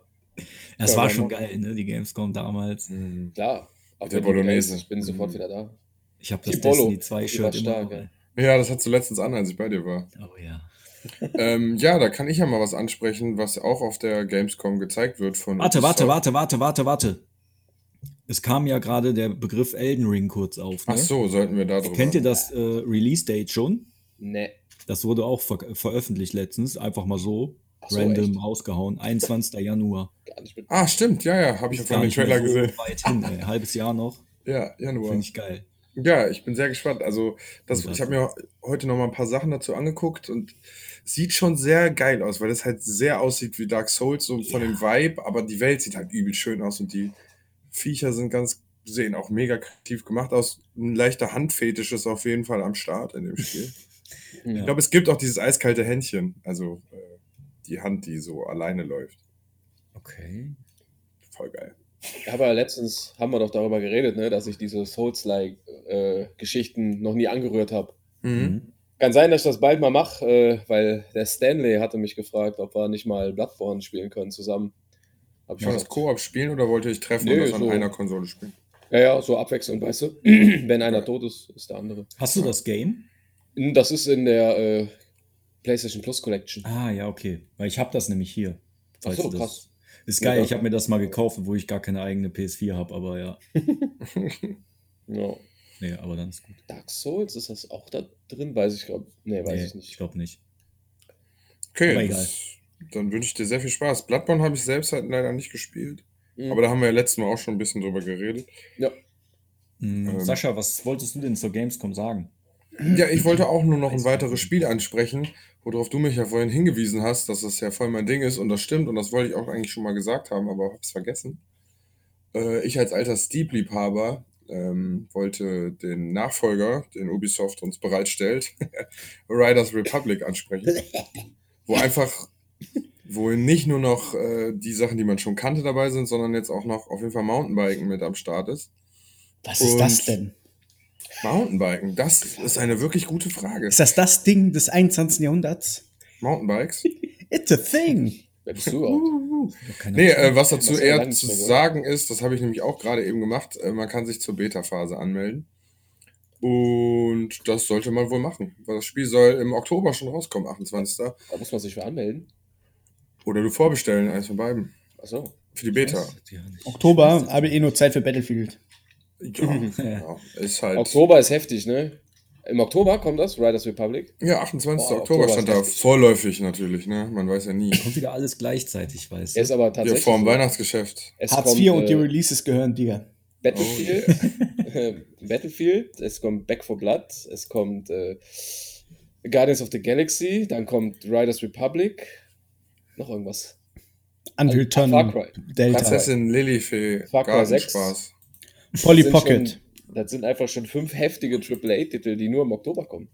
Speaker 4: Das
Speaker 5: Ja,
Speaker 4: war
Speaker 5: dann
Speaker 4: schon
Speaker 5: noch-
Speaker 4: geil, ne? die Gamescom damals.
Speaker 3: Mhm.
Speaker 5: klar. Auf
Speaker 3: Der Bolognese.
Speaker 5: Ich bin sofort
Speaker 3: Mhm.
Speaker 5: wieder da.
Speaker 4: Ich habe
Speaker 5: Die
Speaker 4: das
Speaker 5: Bolo,
Speaker 4: Destiny 2
Speaker 5: die
Speaker 4: Shirt
Speaker 5: war
Speaker 4: immer
Speaker 5: stark,
Speaker 4: noch,
Speaker 5: ja.
Speaker 4: ey.
Speaker 3: Ja, das hattest du letztens an, als ich bei dir war.
Speaker 4: *laughs* Oh ja.
Speaker 3: Ähm, ja, da kann ich ja mal was ansprechen, was auch auf der Gamescom gezeigt wird von.
Speaker 4: Warte, warte,
Speaker 3: Ubisoft.
Speaker 4: warte, warte, warte, warte. Es kam ja gerade der Begriff Elden Ring kurz auf. Ne?
Speaker 3: Ach so, sollten wir da drüber.
Speaker 4: Kennt ihr das äh, Release-Date schon?
Speaker 5: Ne.
Speaker 4: Das wurde auch ver veröffentlicht letztens, einfach mal so,
Speaker 5: Ach so,
Speaker 4: random
Speaker 5: echt?
Speaker 4: rausgehauen. 21. Januar.
Speaker 5: Gar nicht mit.
Speaker 3: Ah, stimmt, ja, ja, habe ich ja
Speaker 4: Gar
Speaker 3: von dem
Speaker 4: nicht mehr
Speaker 3: Trailer
Speaker 4: so
Speaker 3: gesehen.
Speaker 4: Weit hin, ey. Halbes Jahr
Speaker 5: *laughs*
Speaker 4: noch.
Speaker 3: Ja, Januar.
Speaker 4: Finde ich geil.
Speaker 3: Ja, ich bin sehr gespannt. Also, das,
Speaker 4: Und
Speaker 3: ich
Speaker 4: das-
Speaker 3: habe mir heute noch mal ein paar Sachen dazu angeguckt und sieht schon sehr geil aus, weil das halt sehr aussieht wie Dark Souls, so von dem Vibe, aber die Welt sieht halt übel schön aus und die Viecher sind ganz, sehen auch mega kreativ gemacht aus. Ein leichter Handfetisch ist auf jeden Fall am Start in dem Spiel.
Speaker 5: *laughs* Ja.
Speaker 3: Ich glaube, es gibt auch dieses eiskalte Händchen, also äh, die Hand, die so alleine läuft.
Speaker 4: Okay.
Speaker 3: Voll geil.
Speaker 5: Aber letztens haben wir doch darüber geredet, ne, dass ich diese Souls-like-Geschichten noch nie angerührt habe.
Speaker 4: Mhm.
Speaker 5: Kann sein, dass ich das bald mal mache, äh, weil der Stanley hatte mich gefragt, ob wir nicht mal Bloodborne spielen können zusammen. Hab ich
Speaker 3: Kann man das
Speaker 5: gesagt,
Speaker 3: Koop spielen oder wollte ich treffen und
Speaker 5: Nö,
Speaker 3: das an
Speaker 5: so.
Speaker 3: einer Konsole spielen?
Speaker 5: ja, ja, so abwechselnd, weißt du? *clears throat* Wenn einer
Speaker 3: Ja.
Speaker 5: tot ist, ist der andere.
Speaker 4: Hast du das Game?
Speaker 5: Hm, Das ist in der äh, PlayStation Plus Collection.
Speaker 4: Ah, ja, okay. Weil ich habe das nämlich hier. Falls
Speaker 5: so,
Speaker 4: du das,
Speaker 5: krass.
Speaker 4: Ist geil,
Speaker 5: Ja.
Speaker 4: ich habe mir das mal gekauft, wo ich gar keine eigene PS4 habe, aber ja.
Speaker 5: Ja.
Speaker 4: Nee, aber dann ist gut.
Speaker 5: Dark Souls, ist das auch da drin? Weiß ich glaube. Nee, weiß
Speaker 4: nee,
Speaker 5: ich nicht.
Speaker 4: Ich glaube nicht. Aber
Speaker 3: Okay,
Speaker 4: egal.
Speaker 3: das- dann wünsche ich dir sehr viel Spaß. Bloodborne habe ich selbst halt leider nicht gespielt.
Speaker 5: Mhm.
Speaker 3: Aber da haben wir ja letztes Mal auch schon ein bisschen drüber geredet.
Speaker 4: Hm,
Speaker 3: Ähm.
Speaker 4: Sascha, was wolltest du denn zur Gamescom sagen?
Speaker 3: Ja, ich wollte auch nur noch ein weiteres Spiel ansprechen, worauf du mich ja vorhin hingewiesen hast, dass das ja voll mein Ding ist und das stimmt und das wollte ich auch eigentlich schon mal gesagt haben, aber hab's vergessen. Äh, ich als alter Steep-Liebhaber ähm, wollte den Nachfolger, den Ubisoft uns bereitstellt, *laughs* Riders Republic ansprechen, wo einfach, wo nicht nur noch äh, die Sachen, die man schon kannte, dabei sind, sondern jetzt auch noch auf jeden Fall Mountainbiken mit am Start ist.
Speaker 6: Was ist
Speaker 3: Und-
Speaker 6: das denn?
Speaker 3: Mountainbiken, das ist eine wirklich gute Frage.
Speaker 6: Ist das das Ding des 21. Jahrhunderts?
Speaker 3: Mountainbikes?
Speaker 6: It's a thing.
Speaker 5: Wer bist du überhaupt?
Speaker 4: Keine
Speaker 3: Nee, äh, was dazu
Speaker 5: Was wir
Speaker 3: eher
Speaker 5: lange nicht
Speaker 3: zu
Speaker 5: mehr gehört
Speaker 3: sagen ist, das habe ich nämlich auch gerade eben gemacht, äh, man kann sich zur Beta-Phase anmelden. Und das sollte man wohl machen, weil das Spiel soll im Oktober schon rauskommen, 28.
Speaker 5: Da muss man sich für anmelden.
Speaker 3: Oder du vorbestellen, eins von beiden.
Speaker 5: Achso.
Speaker 3: Für die Beta.
Speaker 6: Oktober, habe ich eh nur Zeit für Battlefield.
Speaker 3: Ja, ja, ist halt.
Speaker 5: Oktober ist heftig, ne? Im Oktober kommt das, Riders Republic.
Speaker 3: Ja, 28.
Speaker 5: Boah,
Speaker 3: Oktober
Speaker 5: Oktober
Speaker 3: stand
Speaker 5: ist
Speaker 3: da.
Speaker 5: heftig.
Speaker 3: Vorläufig natürlich, ne? Man weiß ja
Speaker 5: *laughs*
Speaker 3: nie.
Speaker 4: Kommt wieder alles gleichzeitig, weißt
Speaker 5: Er ist aber
Speaker 3: Ja,
Speaker 5: tatsächlich.
Speaker 3: vor dem Weihnachtsgeschäft.
Speaker 5: Es
Speaker 6: Hartz
Speaker 5: kommt,
Speaker 6: IV und die
Speaker 5: äh,
Speaker 6: Releases gehören dir.
Speaker 5: Battlefield.
Speaker 3: Oh,
Speaker 5: *laughs* Äh, Battlefield. Es kommt Back for Blood. Es kommt äh, Guardians of the Galaxy. Dann kommt Riders Republic. Noch irgendwas.
Speaker 6: Unreal
Speaker 5: Oh, Far
Speaker 6: Tournament,
Speaker 5: Cry.
Speaker 6: Delta,
Speaker 5: Kannst
Speaker 3: Prinzessin Lilifee,
Speaker 5: Far Cry sechs.
Speaker 3: Gartenspaß.
Speaker 6: Polly
Speaker 5: Das sind
Speaker 6: Pocket.
Speaker 5: Schon, das sind einfach schon fünf heftige AAA-Titel, die nur im Oktober kommen.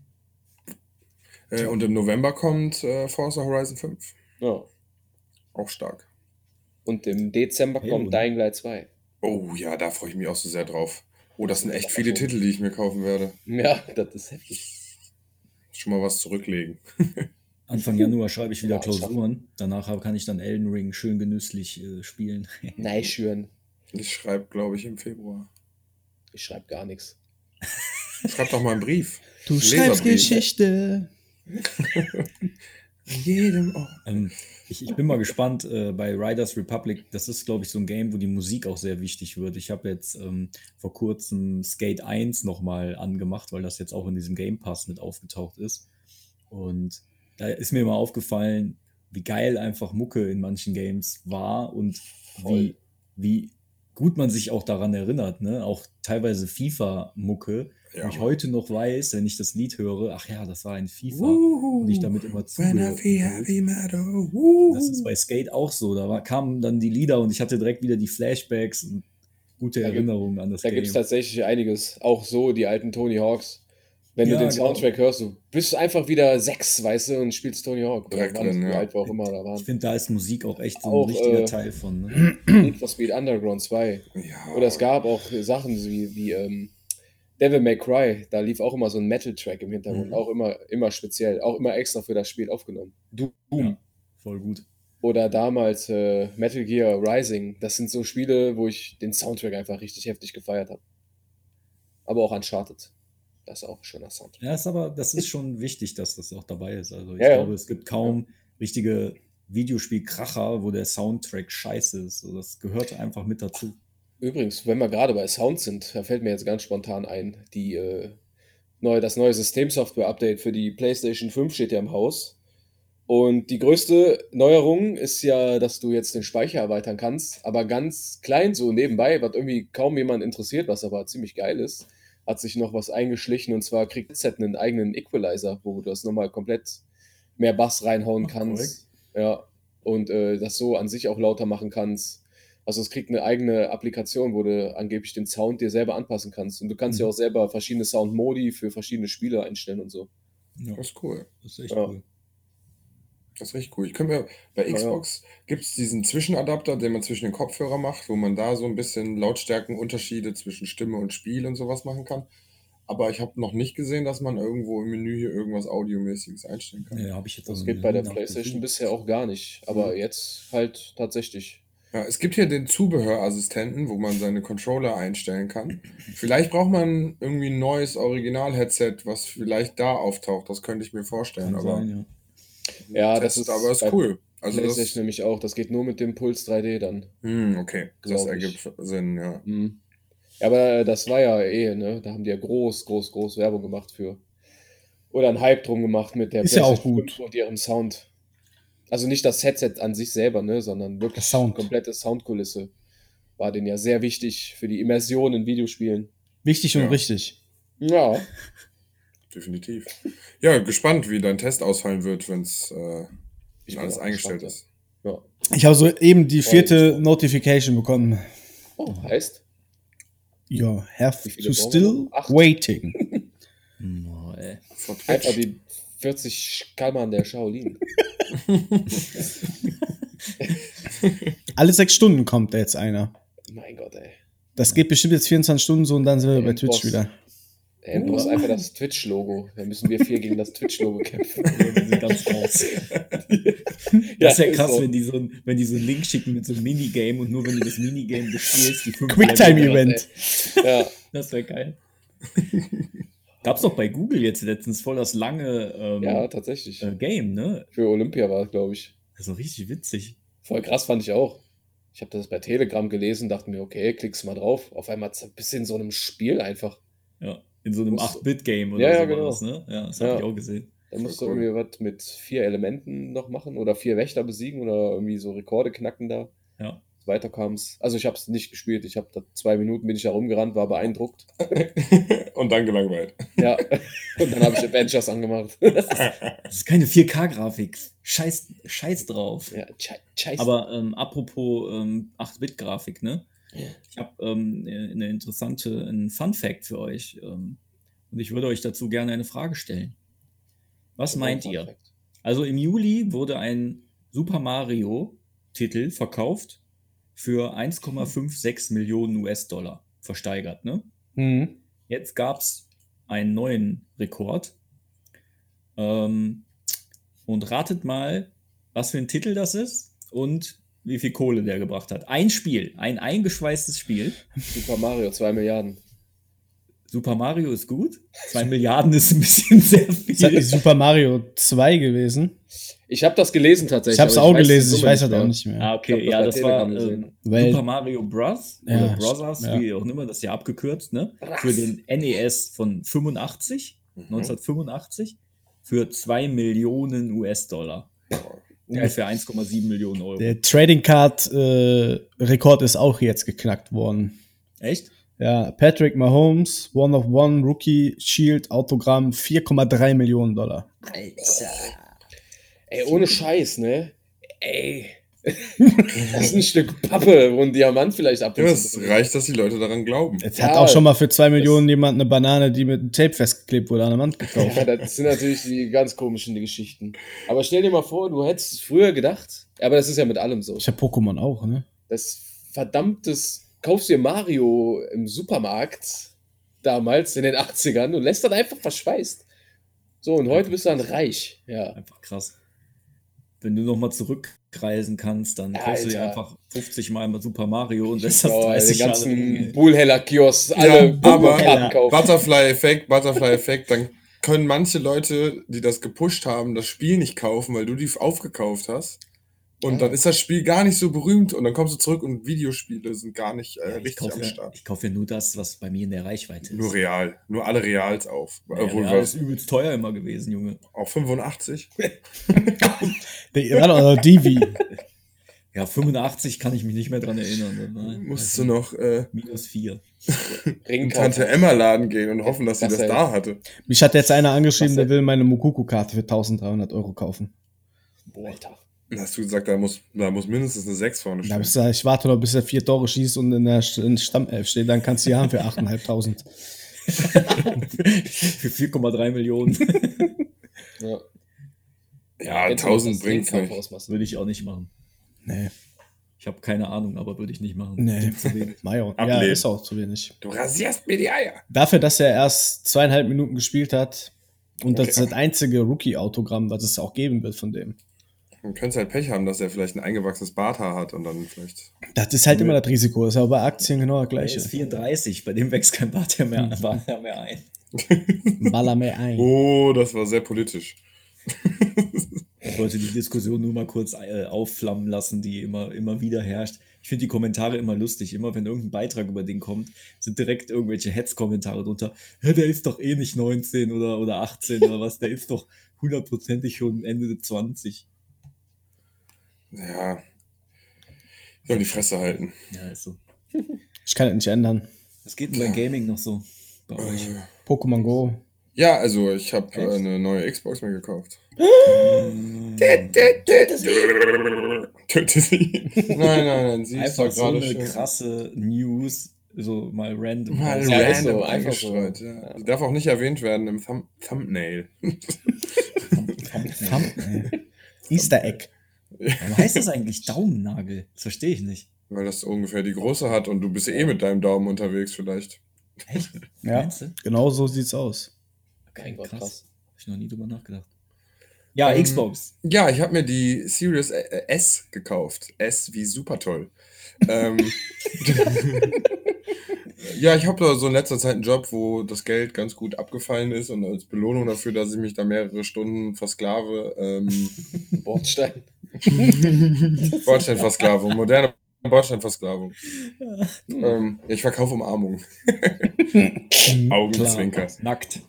Speaker 3: Äh, und im November kommt äh, Forza Horizon 5.
Speaker 5: Ja.
Speaker 3: Auch stark.
Speaker 5: Und im Dezember
Speaker 4: Hey,
Speaker 5: kommt
Speaker 4: Bruder.
Speaker 5: Dying Light 2.
Speaker 3: Oh ja, da freue ich mich auch so sehr drauf. Oh, das sind echt viele Titel, die ich mir kaufen werde.
Speaker 5: Ja, das ist heftig.
Speaker 3: Schon mal was zurücklegen.
Speaker 4: Anfang Januar schreibe ich wieder
Speaker 5: Ja, ich schaff-
Speaker 4: Klausuren. Danach hab- kann ich dann Elden Ring schön genüsslich äh, spielen.
Speaker 5: Nein, schön.
Speaker 3: Ich schreibe, glaube ich, im Februar.
Speaker 5: Ich schreibe gar nichts.
Speaker 3: Schreib doch mal
Speaker 4: *laughs*
Speaker 3: einen Brief.
Speaker 6: Du
Speaker 3: Leserbrief.
Speaker 6: schreibst Geschichte.
Speaker 3: An jedem Ort.
Speaker 4: Ähm, ich, ich bin mal gespannt äh, bei Riders Republic. Das ist, glaube ich, so ein Game, wo die Musik auch sehr wichtig wird. Ich habe jetzt ähm, vor kurzem Skate 1 nochmal angemacht, weil das jetzt auch in diesem Game Pass mit aufgetaucht ist. Und da ist mir mal aufgefallen, wie geil einfach Mucke in manchen Games war und wie, wie gut man sich auch daran erinnert. Ne? Auch teilweise FIFA-Mucke.
Speaker 3: Ja.
Speaker 4: Wo ich heute noch weiß, wenn ich das Lied höre, ach ja, das war ein FIFA.
Speaker 3: Wuhu.
Speaker 4: Und ich damit immer
Speaker 3: When
Speaker 4: zugehört
Speaker 3: I feel
Speaker 4: habe.
Speaker 3: heavy metal. Wuhu.
Speaker 4: Das ist bei Skate auch so. Da war, kamen dann die Lieder und ich hatte direkt wieder die Flashbacks und gute
Speaker 5: Da gibt-
Speaker 4: Erinnerungen an das
Speaker 5: Da
Speaker 4: Game.
Speaker 5: gibt es tatsächlich einiges. Auch so die alten Tony Hawks. Wenn
Speaker 4: Ja,
Speaker 5: du den
Speaker 4: genau.
Speaker 5: Soundtrack hörst, du bist einfach wieder sechs, weißt du, und spielst Tony Hawk. Oder
Speaker 3: Direkt
Speaker 5: wann
Speaker 3: drin,
Speaker 5: wie
Speaker 3: ja.
Speaker 5: alt wir auch immer da
Speaker 4: ich *clears throat*
Speaker 5: waren.
Speaker 4: finde, da ist Musik auch echt so ein
Speaker 5: Auch,
Speaker 4: richtiger
Speaker 5: äh,
Speaker 4: Teil von.
Speaker 5: *clears throat*
Speaker 4: Ne?
Speaker 5: Need for Speed Underground 2.
Speaker 4: Oh.
Speaker 3: Ja.
Speaker 5: Oder es gab auch Sachen wie, wie ähm, Devil May Cry. Da lief auch immer so ein Metal-Track im Hintergrund.
Speaker 4: Mhm.
Speaker 5: Auch immer, immer speziell. Auch immer extra für das Spiel aufgenommen. Doom.
Speaker 4: Ja, voll gut.
Speaker 5: Oder damals äh, Metal Gear Rising. Das sind so Spiele, wo ich den Soundtrack einfach richtig heftig gefeiert habe. Aber auch Uncharted. Das ist auch ein schöner Soundtrack.
Speaker 4: Ja, ist aber das ist schon wichtig, dass das auch dabei ist. Also ich
Speaker 5: Ja, ja.
Speaker 4: glaube, es gibt kaum richtige Videospielkracher, wo der Soundtrack scheiße ist. Also das gehört einfach mit dazu.
Speaker 5: Übrigens, wenn wir gerade bei Sound sind, da fällt mir jetzt ganz spontan ein, die, äh, neue, das neue Systemsoftware-Update für die PlayStation 5 steht ja im Haus. Und die größte Neuerung ist ja, dass du jetzt den Speicher erweitern kannst, aber ganz klein so nebenbei, was irgendwie kaum jemand interessiert, was aber ziemlich geil ist, hat sich noch was eingeschlichen und zwar kriegt Headset einen eigenen Equalizer, wo du das nochmal komplett mehr Bass reinhauen kannst. Ja, und äh, das so an sich auch lauter machen kannst. Also es kriegt eine eigene Applikation, wo du angeblich den Sound dir selber anpassen kannst. Und du kannst ja
Speaker 4: Mhm.
Speaker 5: auch selber verschiedene Soundmodi für verschiedene Spiele einstellen und so.
Speaker 4: Ja,
Speaker 3: Das ist cool.
Speaker 4: das ist echt
Speaker 5: Ja.
Speaker 4: cool.
Speaker 3: Das ist echt cool. Ich könnte mir, bei
Speaker 5: ja.
Speaker 3: Xbox gibt es diesen Zwischenadapter, den man zwischen den Kopfhörer macht, wo man da so ein bisschen Lautstärkenunterschiede zwischen Stimme und Spiel und sowas machen kann. Aber ich habe noch nicht gesehen, dass man irgendwo im Menü hier irgendwas Audiomäßiges einstellen kann.
Speaker 4: Ja, habe ich jetzt
Speaker 5: Das
Speaker 4: auch
Speaker 5: geht
Speaker 4: noch
Speaker 5: bei
Speaker 4: nie
Speaker 5: der
Speaker 4: nachgesucht.
Speaker 5: PlayStation bisher auch gar nicht. Aber jetzt halt tatsächlich.
Speaker 3: Ja, es gibt hier den Zubehörassistenten, wo man seine Controller einstellen kann. Vielleicht braucht man irgendwie ein neues Original-Headset, was vielleicht da auftaucht. Das könnte ich mir vorstellen.
Speaker 4: Kann
Speaker 3: Aber
Speaker 4: sein, ja.
Speaker 5: Ja, das
Speaker 3: Test,
Speaker 5: ist
Speaker 3: aber ist
Speaker 5: bei-
Speaker 3: cool. Also
Speaker 5: PlayStation
Speaker 3: das,
Speaker 5: nämlich auch. Das geht nur mit dem Puls 3D dann.
Speaker 3: hm, okay, das
Speaker 5: Glaub ich.
Speaker 3: ergibt Sinn, ja.
Speaker 5: Mhm. Ja, Aber äh, das war ja eh, ne? Da haben die ja groß, groß, groß Werbung gemacht für. Oder einen Hype drum gemacht mit der
Speaker 6: Ist ja auch
Speaker 5: PlayStation
Speaker 6: gut.
Speaker 5: 5 und ihrem Sound. Also nicht das Headset an sich selber, ne? Sondern wirklich
Speaker 6: Das Sound.
Speaker 5: komplette Soundkulisse. War denen ja sehr wichtig für die Immersion in Videospielen.
Speaker 6: Wichtig und
Speaker 3: Ja.
Speaker 6: richtig.
Speaker 5: Ja,
Speaker 3: Definitiv. Ja, gespannt, wie dein Test ausfallen wird, wenn es äh,
Speaker 5: Ich bin
Speaker 3: alles
Speaker 5: auch
Speaker 3: eingestellt
Speaker 5: gespannt,
Speaker 3: ist.
Speaker 5: ja.
Speaker 6: Ich habe soeben die
Speaker 5: Voll.
Speaker 6: vierte Notification bekommen.
Speaker 5: Oh, heißt?
Speaker 6: You have
Speaker 5: Wie
Speaker 6: to
Speaker 5: viele brauchen wir
Speaker 6: still
Speaker 5: noch? Acht.
Speaker 6: waiting.
Speaker 5: *laughs*
Speaker 4: No, ey.
Speaker 3: Vor
Speaker 5: Einfach
Speaker 3: Twitch.
Speaker 5: die 40 Kammern der Shaolin.
Speaker 6: Alle sechs Stunden kommt da jetzt einer.
Speaker 5: mein Gott, ey.
Speaker 6: Das geht bestimmt jetzt 24 Stunden so und dann sind wir
Speaker 5: Ey,
Speaker 6: bei Twitch
Speaker 5: Boss.
Speaker 6: wieder.
Speaker 5: Ey, du brauchst einfach das Twitch-Logo. Da müssen wir vier gegen das Twitch-Logo kämpfen.
Speaker 4: Die sind ganz
Speaker 5: *laughs*
Speaker 4: raus.
Speaker 5: Ja,
Speaker 4: Das ist ja krass,
Speaker 5: so.
Speaker 4: wenn, die so, ein- wenn die so einen Link schicken mit so einem Minigame und nur wenn du das Minigame bespielst, die fünf Level-
Speaker 6: Quicktime-Event.
Speaker 5: Ja,
Speaker 4: Das wäre geil. Gab's doch bei Google jetzt letztens voll das lange ähm,
Speaker 5: ja, tatsächlich.
Speaker 4: äh, Game, ne?
Speaker 5: Für Olympia war es, glaube ich.
Speaker 4: Das ist doch richtig witzig.
Speaker 5: Voll krass fand ich auch. Ich habe das bei Telegram gelesen, dachte mir, okay, klickst mal drauf. Auf einmal z- bist du in so einem Spiel einfach.
Speaker 4: Ja, in so einem
Speaker 5: Muss-
Speaker 4: 8-Bit-Game oder
Speaker 5: Ja, ja,
Speaker 4: sowas, ne? Ja, das habe
Speaker 5: Ja.
Speaker 4: ich auch gesehen.
Speaker 5: Da musst du
Speaker 3: Voll cool.
Speaker 5: irgendwie was mit vier Elementen noch machen oder vier Wächter besiegen oder irgendwie so Rekorde knacken da.
Speaker 4: Ja.
Speaker 5: Weiter kam's. Also ich habe es nicht gespielt. Ich habe da zwei Minuten bin ich da rumgerannt, war beeindruckt.
Speaker 3: Und dann gelangweilt.
Speaker 5: Ja. *laughs* Und dann habe ich Avengers angemacht.
Speaker 4: Das ist keine 4K-Grafik. Scheiß, scheiß drauf.
Speaker 5: Ja, schei- scheiße.
Speaker 4: Aber ähm, apropos ähm, 8-Bit-Grafik, ne? Ich habe ähm, eine interessante einen Fun-Fact für euch. Ähm, und ich würde euch dazu gerne eine Frage stellen. Was meint ihr? Also im Juli wurde ein Super Mario-Titel verkauft für 1,56 Millionen US-Dollar versteigert. Ne?
Speaker 6: Mhm.
Speaker 4: Jetzt gab es einen neuen Rekord. Ähm, und ratet mal, was für ein Titel das ist und wie viel Kohle der gebracht hat. Ein Spiel, ein eingeschweißtes Spiel.
Speaker 5: Super Mario, 2 Milliarden.
Speaker 4: Super Mario ist gut.
Speaker 5: *laughs*
Speaker 4: Zwei Milliarden ist ein bisschen sehr
Speaker 6: Ist das
Speaker 5: halt-
Speaker 6: nicht
Speaker 4: viel.
Speaker 6: Super Mario 2 gewesen?
Speaker 5: Ich habe das gelesen tatsächlich.
Speaker 6: Ich habe es
Speaker 5: aber
Speaker 6: auch
Speaker 5: weiß die
Speaker 6: gelesen, ich
Speaker 5: Summe
Speaker 6: weiß das auch
Speaker 5: mehr.
Speaker 6: nicht mehr.
Speaker 4: Ah, okay,
Speaker 5: Ich hab
Speaker 4: ja,
Speaker 5: das
Speaker 4: das
Speaker 5: bei
Speaker 4: war
Speaker 5: Telegram
Speaker 4: ähm,
Speaker 5: gesehen.
Speaker 6: Weil
Speaker 4: Super Mario Bros.
Speaker 6: Ja,
Speaker 4: oder
Speaker 6: st-
Speaker 4: Brothers,
Speaker 6: ja.
Speaker 4: wie auch immer, das ist ja abgekürzt, ne?
Speaker 5: Bros.
Speaker 4: Für den NES von 85,
Speaker 3: Mhm.
Speaker 4: 1985, für 2 Millionen US-Dollar. Ungefähr 1,7 Millionen Euro.
Speaker 6: der Trading Card äh, Rekord ist auch jetzt geknackt worden.
Speaker 4: Echt?
Speaker 6: Ja, Patrick Mahomes, One of One, Rookie, Shield, Autogramm, 4,3 Millionen Dollar.
Speaker 5: Ey, ohne Scheiß, ne? Ey. das ist ein Stück Pappe, wo ein Diamant vielleicht ab.
Speaker 3: Ja, es reicht, dass die Leute daran glauben.
Speaker 6: Jetzt
Speaker 5: Ja,
Speaker 6: hat auch schon mal für 2 Millionen jemand eine Banane, die mit einem Tape festgeklebt wurde, an der Wand
Speaker 5: *laughs*
Speaker 6: gekauft.
Speaker 5: Ja, das sind natürlich die ganz komischen Geschichten. Aber stell dir mal vor, du hättest früher gedacht, aber das ist ja mit allem so.
Speaker 6: Ich hab Pokémon auch, ne?
Speaker 5: Das verdammtes, kaufst dir Mario im Supermarkt damals in den 80ern und lässt dann einfach verschweißt. So, und heute bist du dann reich. Ja.
Speaker 4: Einfach krass. Wenn du nochmal zurückreisen kannst, dann
Speaker 5: Ja,
Speaker 4: kaufst du dir
Speaker 5: Alter.
Speaker 4: einfach 50 Mal mal Super Mario und
Speaker 3: *laughs*
Speaker 4: lässt das
Speaker 5: Genau,
Speaker 4: 30
Speaker 5: den
Speaker 4: Jahre
Speaker 5: ganzen
Speaker 4: liegen.
Speaker 5: Bullheller-Kiosk, alle
Speaker 3: Ja, aber-
Speaker 5: Pokémon-Karten
Speaker 3: *laughs*
Speaker 5: kaufen.
Speaker 3: Butterfly-Effekt, Butterfly-Effekt, dann können manche Leute, die das gepusht haben, das Spiel nicht kaufen, weil du die aufgekauft hast. Und dann ist das Spiel gar nicht so berühmt und dann kommst du zurück und Videospiele sind gar nicht äh,
Speaker 4: Ja, ich
Speaker 3: richtig
Speaker 4: kaufe
Speaker 3: am
Speaker 4: ja,
Speaker 3: Start.
Speaker 4: ich kauf ja nur das, was bei mir in der Reichweite ist.
Speaker 3: Nur real. Nur alle Reals auf.
Speaker 4: ja,
Speaker 3: Obwohl,
Speaker 4: ja, das
Speaker 3: was,
Speaker 4: ist übelst teuer immer gewesen, Junge.
Speaker 3: auch 85?
Speaker 6: Die, warte, oder Divi.
Speaker 4: Ja, 85 kann ich mich nicht mehr dran erinnern. ne? Nein, Also
Speaker 3: Musstest du noch äh,
Speaker 4: Minus 4.
Speaker 5: Ring
Speaker 3: in
Speaker 5: kaufen.
Speaker 3: Tante Emma-Laden gehen und hoffen, dass sie
Speaker 5: Das
Speaker 3: das
Speaker 5: hält.
Speaker 3: da hatte.
Speaker 6: Mich hat jetzt einer angeschrieben,
Speaker 5: Was
Speaker 6: der
Speaker 5: denn?
Speaker 6: will meine Mukuku-Karte für 1300 Euro kaufen.
Speaker 5: Boah, Alter.
Speaker 3: Dann hast du gesagt, da muss, da muss mindestens eine 6 vorne
Speaker 6: Da
Speaker 3: stehen.
Speaker 6: hab ich gesagt, ich warte noch, bis er vier Tore schießt und in der St- in Stammelf steht, dann kannst du die haben für 8.500.
Speaker 4: Für 4,3 Millionen
Speaker 5: Ja.
Speaker 3: Ja, 1000
Speaker 5: Jetzt muss man das
Speaker 3: bringt's
Speaker 5: Ringkauf
Speaker 3: nicht.
Speaker 5: ausmachen.
Speaker 4: würde ich auch nicht machen.
Speaker 6: Nee,
Speaker 4: Ich habe keine Ahnung, aber würde ich nicht machen.
Speaker 6: nee.
Speaker 4: Zu
Speaker 6: *laughs*
Speaker 4: wenig.
Speaker 6: Mayo, ja,
Speaker 3: Ablehnen.
Speaker 6: ist auch zu wenig.
Speaker 3: Du rasierst mir die Eier.
Speaker 6: Dafür, dass er erst zweieinhalb Minuten gespielt hat und das
Speaker 3: Okay.
Speaker 6: ist das einzige Rookie-Autogramm, was es auch geben wird von dem.
Speaker 3: Man könnte halt Pech haben, dass er vielleicht ein eingewachsenes Barthaar hat und dann vielleicht.
Speaker 6: Das ist halt immer das Risiko. Das ist aber bei Aktien genau das
Speaker 4: Der
Speaker 6: gleiche.
Speaker 4: ist 34, bei dem wächst kein Bart mehr, Bart mehr ein. Oh.
Speaker 6: Baller mehr ein.
Speaker 3: Oh, das war sehr politisch.
Speaker 4: Ich wollte die Diskussion nur mal kurz äh, aufflammen lassen, die immer, immer wieder herrscht. Ich finde die Kommentare immer lustig. Immer wenn irgendein Beitrag über den kommt, sind direkt irgendwelche Hetzkommentare drunter. Hä, der ist doch eh nicht 19 oder, oder 18 oder was. Der ist doch hundertprozentig schon Ende 20.
Speaker 3: Ja. Soll die Fresse halten.
Speaker 4: Ja, ist so.
Speaker 6: Ich kann es nicht ändern.
Speaker 4: Was geht denn bei Gaming noch so bei euch?
Speaker 3: Äh,
Speaker 6: Pokémon Go.
Speaker 3: Ja, also ich habe äh, eine neue Xbox mir *laughs* gekauft.
Speaker 4: Äh,
Speaker 3: Töte sie. Nein, nein, nein, sie ist
Speaker 4: Einfach
Speaker 3: doch
Speaker 4: so
Speaker 3: gerade
Speaker 4: eine
Speaker 3: schön.
Speaker 4: krasse News, so mal random. Also
Speaker 3: Mal
Speaker 5: Ja, ist
Speaker 3: random
Speaker 5: so, einfach so.
Speaker 3: eingestreut. Ja. Die darf auch nicht erwähnt werden im Thumb Thumbnail.
Speaker 6: Easter Egg.
Speaker 4: Warum heißt das eigentlich Daumennagel? Das verstehe ich nicht.
Speaker 3: Weil das ungefähr die Größe hat und du bist eh mit deinem Daumen unterwegs vielleicht.
Speaker 6: Ja,
Speaker 4: Meinst du?
Speaker 6: genau so sieht's aus.
Speaker 4: Okay,
Speaker 7: Mein Gott,
Speaker 4: krass.
Speaker 7: krass.
Speaker 4: Hab ich noch nie drüber nachgedacht. Ja,
Speaker 3: Ähm,
Speaker 4: Xbox.
Speaker 3: Ja, ich habe mir die Series äh, S gekauft. S wie super toll. ähm, ja, ich habe da so in letzter Zeit einen Job, wo das Geld ganz gut abgefallen ist und als Belohnung dafür, dass ich mich da mehrere Stunden versklave, ähm,
Speaker 5: Bordstein.
Speaker 3: Bordsteinversklavung, moderne Bordsteinversklavung. ähm, ich verkaufe Umarmung. Augenzwinker.
Speaker 4: Nackt.